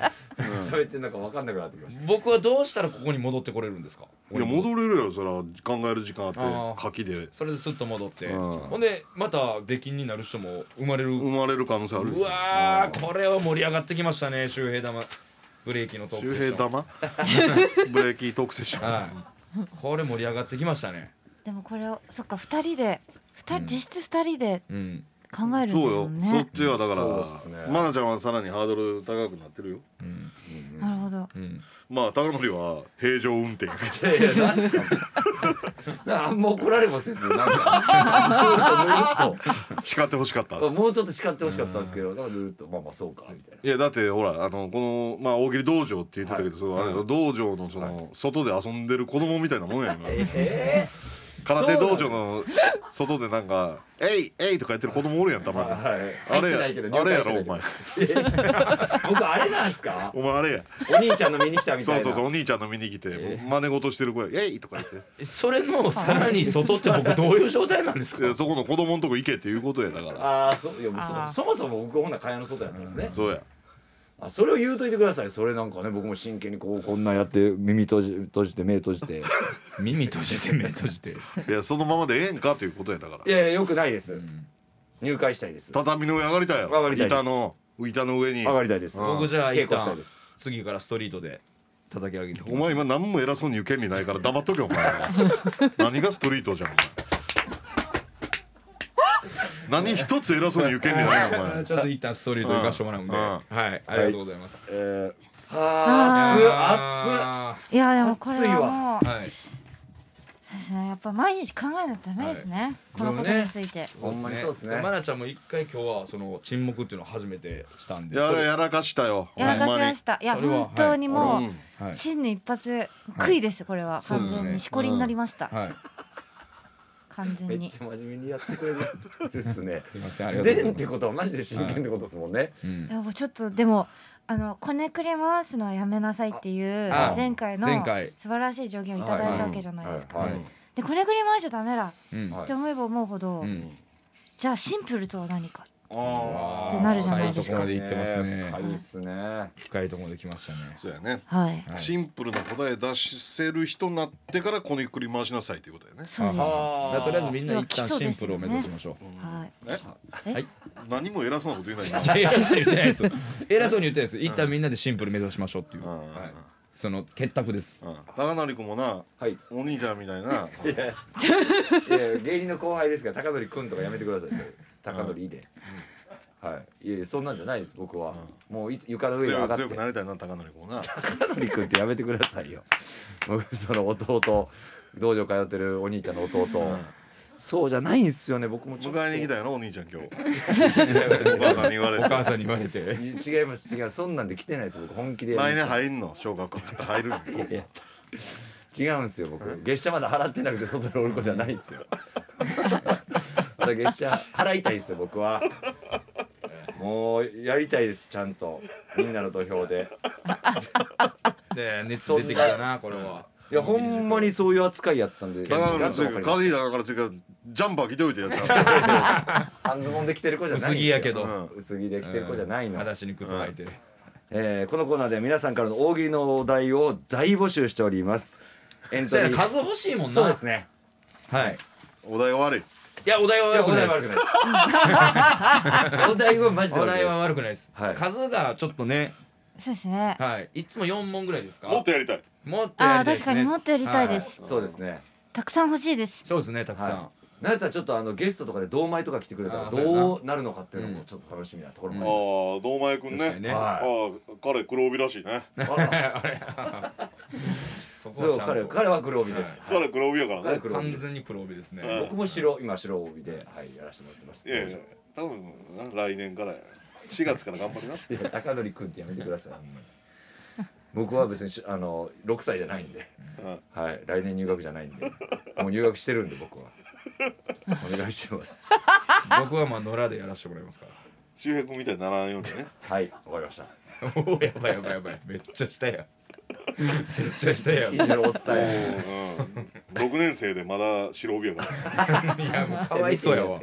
Speaker 4: 喋ってんのか分かんなくなってきました
Speaker 5: 僕はどうしたらここに戻ってこれるんですか
Speaker 2: いや戻れるやろそら考える時間あって
Speaker 5: あー
Speaker 2: 書きで
Speaker 5: それですっと戻って
Speaker 2: うん
Speaker 5: ほんでまた出禁になる人も生まれる
Speaker 2: 生まれる可能性ある
Speaker 5: うわーこれは盛り上がってきましたね周平玉ブレーキのトーク
Speaker 2: 周
Speaker 5: セッション
Speaker 2: 平玉 ブレーキトークセッション
Speaker 5: はいこれ盛り上がってきましたね
Speaker 6: でもこれをそっか2人で二人実質2人で
Speaker 5: うん
Speaker 6: 考えるんだ
Speaker 2: そう
Speaker 6: も
Speaker 2: よ
Speaker 6: ん
Speaker 2: そ
Speaker 6: ね
Speaker 2: っちはだから
Speaker 1: そうですね
Speaker 2: 愛菜ちゃんはさらにハードル高くなってるよ
Speaker 6: なるほど
Speaker 5: うん
Speaker 2: まあ高典は平常運転
Speaker 3: いやいやなんか
Speaker 4: あんま怒られもせずなんか
Speaker 2: 叱ってほしかった
Speaker 4: もうちょっと叱ってほしかったんですけどなんかずっとまあまあそうかみたいない
Speaker 2: やだってほらあのこの、まあ、大喜利道場って言ってたけど、そのあれだろ道場のその、外で遊んでる子供みたいなもんやんか
Speaker 4: え
Speaker 2: 空手道場の外でなんか「えいえい」とかやってる子供おるやんたまに、
Speaker 4: えはい
Speaker 2: あれ
Speaker 4: 入って
Speaker 2: や
Speaker 4: ないけど
Speaker 2: あれやろお前
Speaker 4: 了解してないけど僕あれなんですか
Speaker 2: お前あれや
Speaker 4: お兄ちゃんの見に来たみたい
Speaker 2: そう
Speaker 4: な
Speaker 2: そうそうお兄ちゃんの見に来て、真似事してる子や「えい」とか言って
Speaker 8: それのさらに外って僕どういう状態なんです
Speaker 2: いや
Speaker 8: か
Speaker 2: そこの子供のとこ行けっていうことやだから
Speaker 4: ああそういやもうそ
Speaker 7: あー
Speaker 4: そもそも僕ほんなら蚊帳の外やったんですね、
Speaker 2: そうや
Speaker 4: あそれを言うといてくださいそれなんかね僕も真剣にこうこんなんやって耳閉じ閉じて目閉じ て
Speaker 5: 耳閉じて目閉じて
Speaker 2: いやそのままでええんかということやだから
Speaker 4: いやいやよくないです、入会したいです
Speaker 2: 畳の上上がりたいよ
Speaker 4: 上がりたいです
Speaker 2: 板の板の上に
Speaker 4: 上がりたいです
Speaker 5: 僕じゃあ一
Speaker 4: 稽古したい
Speaker 5: 旦
Speaker 4: です
Speaker 5: 次からストリートで叩き上げてきます
Speaker 2: お前今何も偉そうに言う権利ないから黙っと けお前何がストリートじゃんお前何一つ偉そうに言う権利ないよお前
Speaker 5: ちょっと一旦ストリート行かしてもらうん
Speaker 2: う
Speaker 5: で、
Speaker 2: ん
Speaker 5: はい、ありがとうございます。
Speaker 2: え
Speaker 4: あー
Speaker 5: あ
Speaker 6: いやでもこれ
Speaker 4: 熱い
Speaker 6: は
Speaker 4: わ
Speaker 6: もう
Speaker 5: ーはい、
Speaker 6: ですねやっぱ毎日考えないとダメですね、このこと
Speaker 5: でもね
Speaker 6: について、
Speaker 4: 熱ほんまにそうですね
Speaker 5: 愛菜ちゃんも一回今日はその沈黙っていうのを初めてした
Speaker 2: ー
Speaker 5: んで。
Speaker 2: や
Speaker 5: そ
Speaker 2: ら
Speaker 5: れ
Speaker 2: やらかしたよ
Speaker 6: やらかしました、い、や
Speaker 5: それは
Speaker 6: 本当に
Speaker 2: ほん
Speaker 6: も
Speaker 2: ま
Speaker 6: う、
Speaker 2: に
Speaker 5: はい
Speaker 6: 真の一発悔いですよこれは
Speaker 5: そうで
Speaker 6: 完
Speaker 5: すね
Speaker 6: 全にしこりになりました、
Speaker 5: はい、
Speaker 6: 完
Speaker 4: め
Speaker 6: 全
Speaker 4: っ
Speaker 6: に
Speaker 4: ちゃ真面目にやってくれるっす ね
Speaker 5: すみません、ありがとうご
Speaker 4: でん
Speaker 5: ざ
Speaker 4: っ
Speaker 5: い
Speaker 4: て
Speaker 5: ます。
Speaker 4: ことはマジで真剣ってことですもんね、
Speaker 5: うん
Speaker 6: いやもうちょっとでもあのこねくり回すのはやめなさいっていう
Speaker 5: あ
Speaker 6: 前回の
Speaker 5: 前回
Speaker 6: 素晴らしい助言をいただいたわけじゃないですか、
Speaker 4: は
Speaker 5: はいい、
Speaker 6: でこねくり回しちゃダメだ
Speaker 5: うん、
Speaker 6: って思えば思うほど、
Speaker 5: うん、
Speaker 6: じゃあシンプルとは何か
Speaker 4: あ
Speaker 6: ってなるじゃないです
Speaker 5: 深いとこ
Speaker 6: か
Speaker 5: まで行ってますね
Speaker 4: 深。いっすね
Speaker 5: 深いとこまで来ましたね。
Speaker 2: そうやね
Speaker 6: はい
Speaker 5: はい
Speaker 2: シンプルな答え出せる人になってからこねくり回しなさいということやね
Speaker 6: そうです
Speaker 5: だからとりあえずみんな一
Speaker 6: いや基
Speaker 5: 旦
Speaker 6: 礎
Speaker 5: シ
Speaker 6: で
Speaker 5: ン
Speaker 6: す
Speaker 5: プ
Speaker 6: よ
Speaker 5: ル
Speaker 6: ね
Speaker 5: を目指しましょう。
Speaker 6: はい
Speaker 2: 何も偉そうなこと言うない
Speaker 5: いやいや偉そうに言ってないですよ。偉そうに言ってないです。一旦みんなでシンプル目指しましょうっていう。
Speaker 2: ん
Speaker 5: はい、その結託です。
Speaker 2: うん高成君もな
Speaker 4: はい
Speaker 2: お兄ちゃんみたいない
Speaker 4: やいや芸人の後輩ですから高取くんとかやめてくださいそれ高取いいで、はいいやいやそんなんじゃないです僕は、もうい床の上に上
Speaker 2: 強
Speaker 4: が
Speaker 2: く
Speaker 4: って
Speaker 2: 強くなりたいな高成君もな
Speaker 4: 高取くんってやめてくださいよ 僕その弟道場通ってるお兄ちゃんの弟、そうじゃないんですよね僕もちょっと
Speaker 2: 迎えに来たやろお兄ちゃん今日お母さんに言われ
Speaker 5: お
Speaker 2: て
Speaker 5: 母さんに言われて。
Speaker 4: 違います違うそんなんで来てないです僕本気でや
Speaker 2: 来
Speaker 4: る
Speaker 2: 年入んの小学校入るん
Speaker 4: いや違うんですよ僕月謝まだ払ってなくて外におる子じゃないんですよ まだ月謝払いたいんですよ僕はもうやりたいですちゃんとみんなの土俵で
Speaker 5: で、熱出てきたな、これは。
Speaker 4: いやほんまにそういう扱いやったんで
Speaker 2: だから
Speaker 4: なんと
Speaker 2: 次風
Speaker 4: かわか
Speaker 2: 邪
Speaker 4: り
Speaker 2: ひいたから次からジャンパー着ておいてやった
Speaker 4: ます半ズボンで着てる子じゃないんですよ
Speaker 5: 薄着やけど
Speaker 2: うん
Speaker 4: 薄着で着てる子じゃないの
Speaker 5: 裸足に靴履いて。
Speaker 4: えーこのコーナーでは皆さんからの大喜利のお題を大募集しておりますエントリー
Speaker 5: 欲しいもん
Speaker 4: そうですね
Speaker 5: はい。
Speaker 2: お題が悪い
Speaker 5: いや、お題は悪くない
Speaker 4: お題は悪
Speaker 5: で
Speaker 4: くないです お題はマジ
Speaker 5: す。
Speaker 4: で
Speaker 5: お
Speaker 4: 悪くな
Speaker 5: 題
Speaker 4: いです
Speaker 5: は悪くないです
Speaker 4: はい。
Speaker 5: 数がちょっとね、
Speaker 6: そうですね
Speaker 5: はい、いつも四問ぐらいですか。
Speaker 2: もっとやりたい
Speaker 5: もっと
Speaker 6: あ
Speaker 5: や
Speaker 6: あ
Speaker 5: りたいで
Speaker 6: 確
Speaker 5: すね。
Speaker 6: かにもっとやりたいで
Speaker 5: は
Speaker 6: す、
Speaker 4: そうですね
Speaker 6: たくさん欲しいです
Speaker 5: そうですね、たくさん。
Speaker 4: はい、なんやったらちょっとあのゲストとかで同米とか来てくれたら
Speaker 5: あーそうやな
Speaker 4: どうなるのかっていうのもちょっと楽しみなところ
Speaker 2: あ
Speaker 4: も
Speaker 2: あ堂前くん
Speaker 5: 確かにね
Speaker 2: ねあ
Speaker 4: は
Speaker 2: あ彼黒帯らしいね
Speaker 4: あります、 あら
Speaker 5: そこ
Speaker 4: で
Speaker 5: は
Speaker 4: も
Speaker 5: ちゃん
Speaker 4: 彼
Speaker 5: と
Speaker 4: 彼は黒帯です、はい
Speaker 2: 彼黒帯やから
Speaker 4: 彼
Speaker 2: ね
Speaker 4: 黒帯
Speaker 5: 完
Speaker 4: です
Speaker 5: 全に黒帯ですね。
Speaker 2: うん
Speaker 4: 僕も白今白帯で、はい、やらせてもらってます
Speaker 2: いやいや多分来年からや4月から頑張りない
Speaker 4: や高典君ってやめてくださいほんまに僕は別にしあの6歳じゃないんで、はい、来年入学じゃないんでもう入学してるんで僕はお願いしてます
Speaker 5: 僕はまあ野良でやらせてもらい ますか
Speaker 2: 周平君みたいにならんようにね
Speaker 4: はいわかり ました
Speaker 5: ら。おお、やばいやばいやばい。めっちゃ下や。めっちゃ下 や。い
Speaker 4: 近所のおっさん
Speaker 2: う
Speaker 4: や
Speaker 2: ん6年生でまだ白帯やから
Speaker 5: や、もうかわいそうやわ。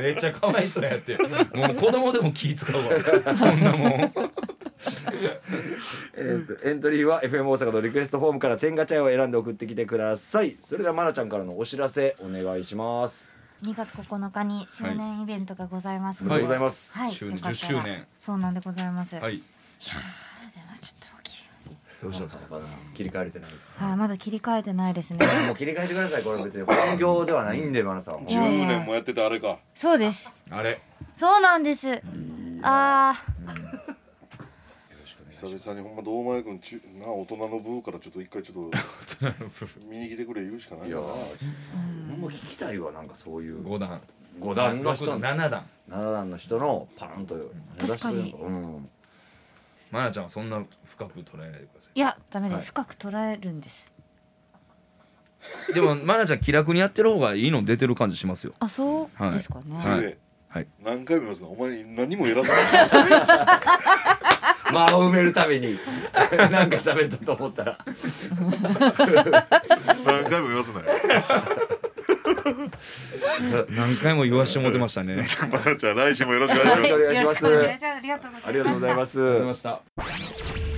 Speaker 5: めっちゃかわいそうやって。もう子供でも気使 うわ。そんなもん。
Speaker 4: えーとエントリーは FM 大阪のリクエストフォームから天ガチャイを選んで送ってきてくださいそれではまなちゃんからのお知らせお願いします
Speaker 6: 2月9日に周年イベントがございます
Speaker 4: お
Speaker 6: の
Speaker 4: めで
Speaker 6: で、
Speaker 4: とうございます、
Speaker 6: はい、
Speaker 5: 周
Speaker 6: よ
Speaker 5: 年
Speaker 6: かったら
Speaker 5: 10周年
Speaker 6: そうなんでございます、
Speaker 5: はい。
Speaker 6: ちょっと起きる
Speaker 4: どうしたんですか切り替えれてないです
Speaker 6: はい、まだ切り替えてないですね
Speaker 4: もう切り替えてくださいこれ別に本業ではないんでまなさんは
Speaker 6: やいや
Speaker 2: 10年もやっててあれか
Speaker 6: そうです
Speaker 5: あれ。
Speaker 6: そうなんですあ
Speaker 2: 久々にほんま堂前君ちゅな大人の部からちょっと一回ちょっと見に来てくれ言うしかないな
Speaker 4: もう聞きたいわなんかそういう
Speaker 5: 五段
Speaker 4: 五段の人
Speaker 5: 六
Speaker 4: 七
Speaker 5: 七段
Speaker 4: 段の人のパーンと
Speaker 7: 確かに
Speaker 4: うん
Speaker 5: まなちゃんはそんな深く捉えないでくださ
Speaker 6: ーいやダメです、深く捉えるんです
Speaker 5: いでもまなちゃん気楽にやってる方がいいの出てる感じしますよ
Speaker 6: あそうですかね、
Speaker 5: はい
Speaker 2: で
Speaker 5: はい
Speaker 2: 何回も言いますのお前何も偉そうない
Speaker 4: 間を埋めるため になんか喋ったと思ったら
Speaker 2: 何回も言わす なよ
Speaker 5: 何回も言わしてもらってました ねありが
Speaker 2: まなち
Speaker 5: とう
Speaker 2: ゃん来週もよろしくお願いし ます
Speaker 4: よろしくお願いします
Speaker 7: よろくお願いしますありがとうございます
Speaker 4: ありがと
Speaker 5: ござい
Speaker 4: うございます
Speaker 5: まし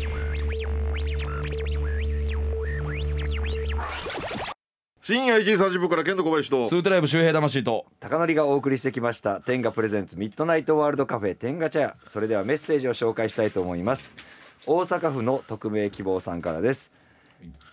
Speaker 5: た
Speaker 2: 深夜1時30分からケント小林と
Speaker 5: ツートライブ周平魂と
Speaker 4: 高典がお送りしてきました天下プレゼンツミッドナイトワールドカフェ天下茶屋それではメッセージを紹介したいと思います大阪府の匿名希望さんからです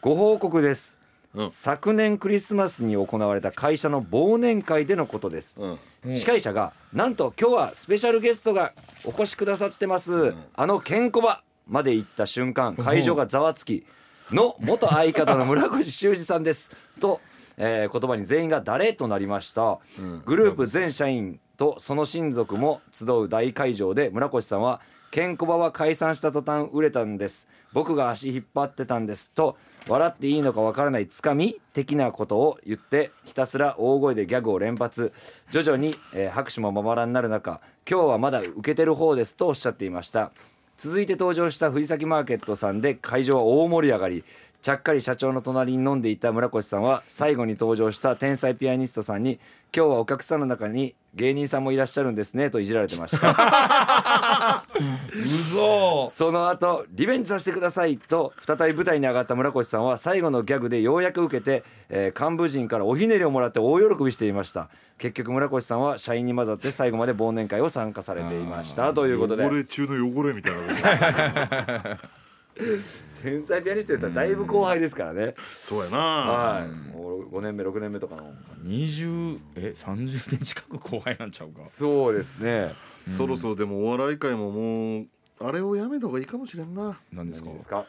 Speaker 4: ご報告です、
Speaker 2: うん
Speaker 4: 昨年クリスマスに行われた会社の忘年会でのことです、
Speaker 2: うん
Speaker 4: 司会者がなんと今日はスペシャルゲストがお越しくださってます、あのケンコバまで行った瞬間会場がざわつきの元相方の村越修二さんですと、えー言葉に全員が誰となりました、グループ全社員とその親族も集う大会場で村越さんはケンコバは解散した途端売れたんです僕が足引っ張ってたんですと笑っていいのかわからないつかみ的なことを言ってひたすら大声でギャグを連発徐々に、えー拍手もまばらになる中今日はまだ受けてる方ですとおっしゃっていました続いて登場した藤崎マーケットさんで会場は大盛り上がりちゃっかり社長の隣に飲んでいた村越さんは最後に登場した天才ピアニストさんに「今日はお客さんの中に芸人さんもいらっしゃるんですね」といじられてました
Speaker 5: うそ
Speaker 4: その後リベンジさせてくださいと再び舞台に上がった村越さんは最後のギャグでようやく受けて、えー幹部陣からおひねりをもらって大喜びしていました結局村越さんは社員に混ざって最後まで忘年会を参加されていましたということで
Speaker 2: 汚れ中の汚れみたいな
Speaker 4: 天才ピアニストやったらだいぶ後輩ですからね
Speaker 2: そうやな
Speaker 4: はいもう5年目6年目とかの
Speaker 5: 20え30年近く後輩なんちゃうか
Speaker 4: そうですね
Speaker 2: そろそろでもお笑い界ももうあれをやめた方がいいかもしれんな
Speaker 5: 何ですか
Speaker 4: ですか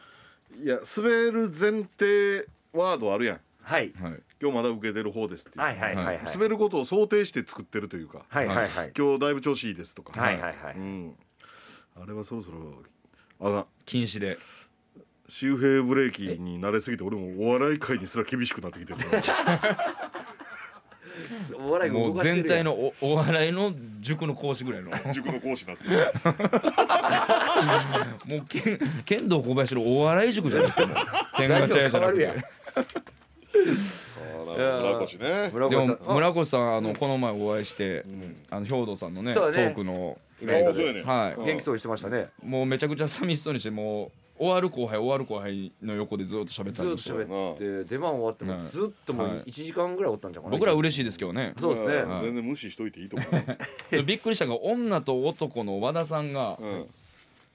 Speaker 2: いや滑る前提ワードあるやん
Speaker 4: はい
Speaker 5: はい
Speaker 2: 今日まだ受けてる方ですっていう、
Speaker 4: はいはいはいはい
Speaker 2: 滑ることを想定して作ってるというか、
Speaker 4: はいはいはい
Speaker 2: 今日だいぶ調子いいですとか、
Speaker 4: はいはいは
Speaker 2: う
Speaker 4: い
Speaker 2: ん、あれはそろそろあがん
Speaker 5: 禁止で
Speaker 2: 周平ブレーキに慣れすぎて俺もお笑い界にすら厳しくなってきてる
Speaker 4: お笑い
Speaker 5: もう全体のおお笑いの塾の講師ぐらいの
Speaker 2: 塾の講師になってる
Speaker 5: もうけん剣道小林のお笑い塾じゃないですかもう天下茶屋じゃなく
Speaker 4: ラジオ変わる
Speaker 2: 村
Speaker 5: て
Speaker 2: 越ね
Speaker 4: 村
Speaker 5: で
Speaker 4: 越さん
Speaker 5: も村越さんあのこの前お会いして、あの兵道さんのね
Speaker 4: そうだね
Speaker 5: トークの
Speaker 4: イベン
Speaker 2: あ
Speaker 4: トで
Speaker 2: あそうやね
Speaker 5: はい
Speaker 4: 元気そうにしてましたね
Speaker 5: もうめちゃくちゃ寂しそうにしてもう終わる後輩終わる後輩の横でずっと喋って
Speaker 4: ず
Speaker 5: た
Speaker 4: っ
Speaker 5: り
Speaker 4: と
Speaker 5: もして
Speaker 4: 喋って出番終わっても
Speaker 5: はい
Speaker 4: ずっとも
Speaker 5: は
Speaker 4: う
Speaker 5: い
Speaker 4: 一時間ぐらいおったんじゃないかな
Speaker 5: 僕らは嬉しいですけどね
Speaker 4: そうですね
Speaker 2: まあ全然無視しといていいと思う、
Speaker 5: びっくりしたのが女と男の和田さんが、
Speaker 2: うん、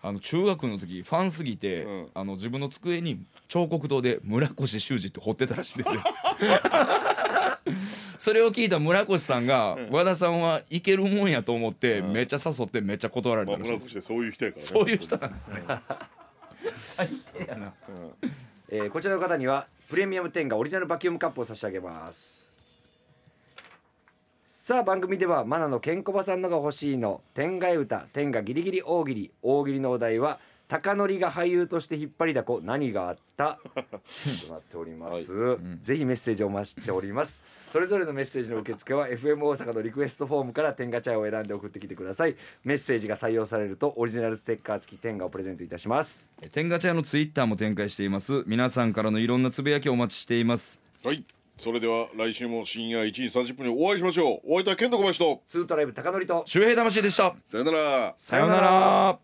Speaker 5: あの中学の時ファンすぎて、
Speaker 2: うん
Speaker 5: あの自分の机に彫刻刀で村越修二って彫ってたらしいですよそれを聞いた村越さんが、和田さんはいけるもんやと思って、めっちゃ誘ってめっちゃ断られ
Speaker 2: まあ
Speaker 5: たらしい
Speaker 2: 村越
Speaker 5: で
Speaker 2: っ
Speaker 5: す、
Speaker 2: てそういう人やから、ね、
Speaker 5: そういう人なんですね最低やな
Speaker 4: えーこちらの方にはプレミアム10がオリジナルバキュームカップを差し上げますさあ番組ではマナのケンコバさんのが欲しいの天外歌天がギリギリ大喜利大喜利のお題は高典が俳優として引っ張りだこ何があったとなっております、ぜひメッセージをお待ちしておりますそれぞれのメッセージの受付は FM 大阪のリクエストフォームから天ガチャを選んで送ってきてくださいメッセージが採用されるとオリジナルステッカー付き天ガをプレゼントいたします
Speaker 5: え天ガチャ屋のツイッターも展開しています皆さんからのいろんなつぶやきをお待ちしています
Speaker 2: はいそれでは来週も深夜1時30分にお会いしましょうお会いいたいケント小林と
Speaker 4: ツートライブ高典と
Speaker 5: 周平魂でした
Speaker 2: さよなら
Speaker 5: さようなら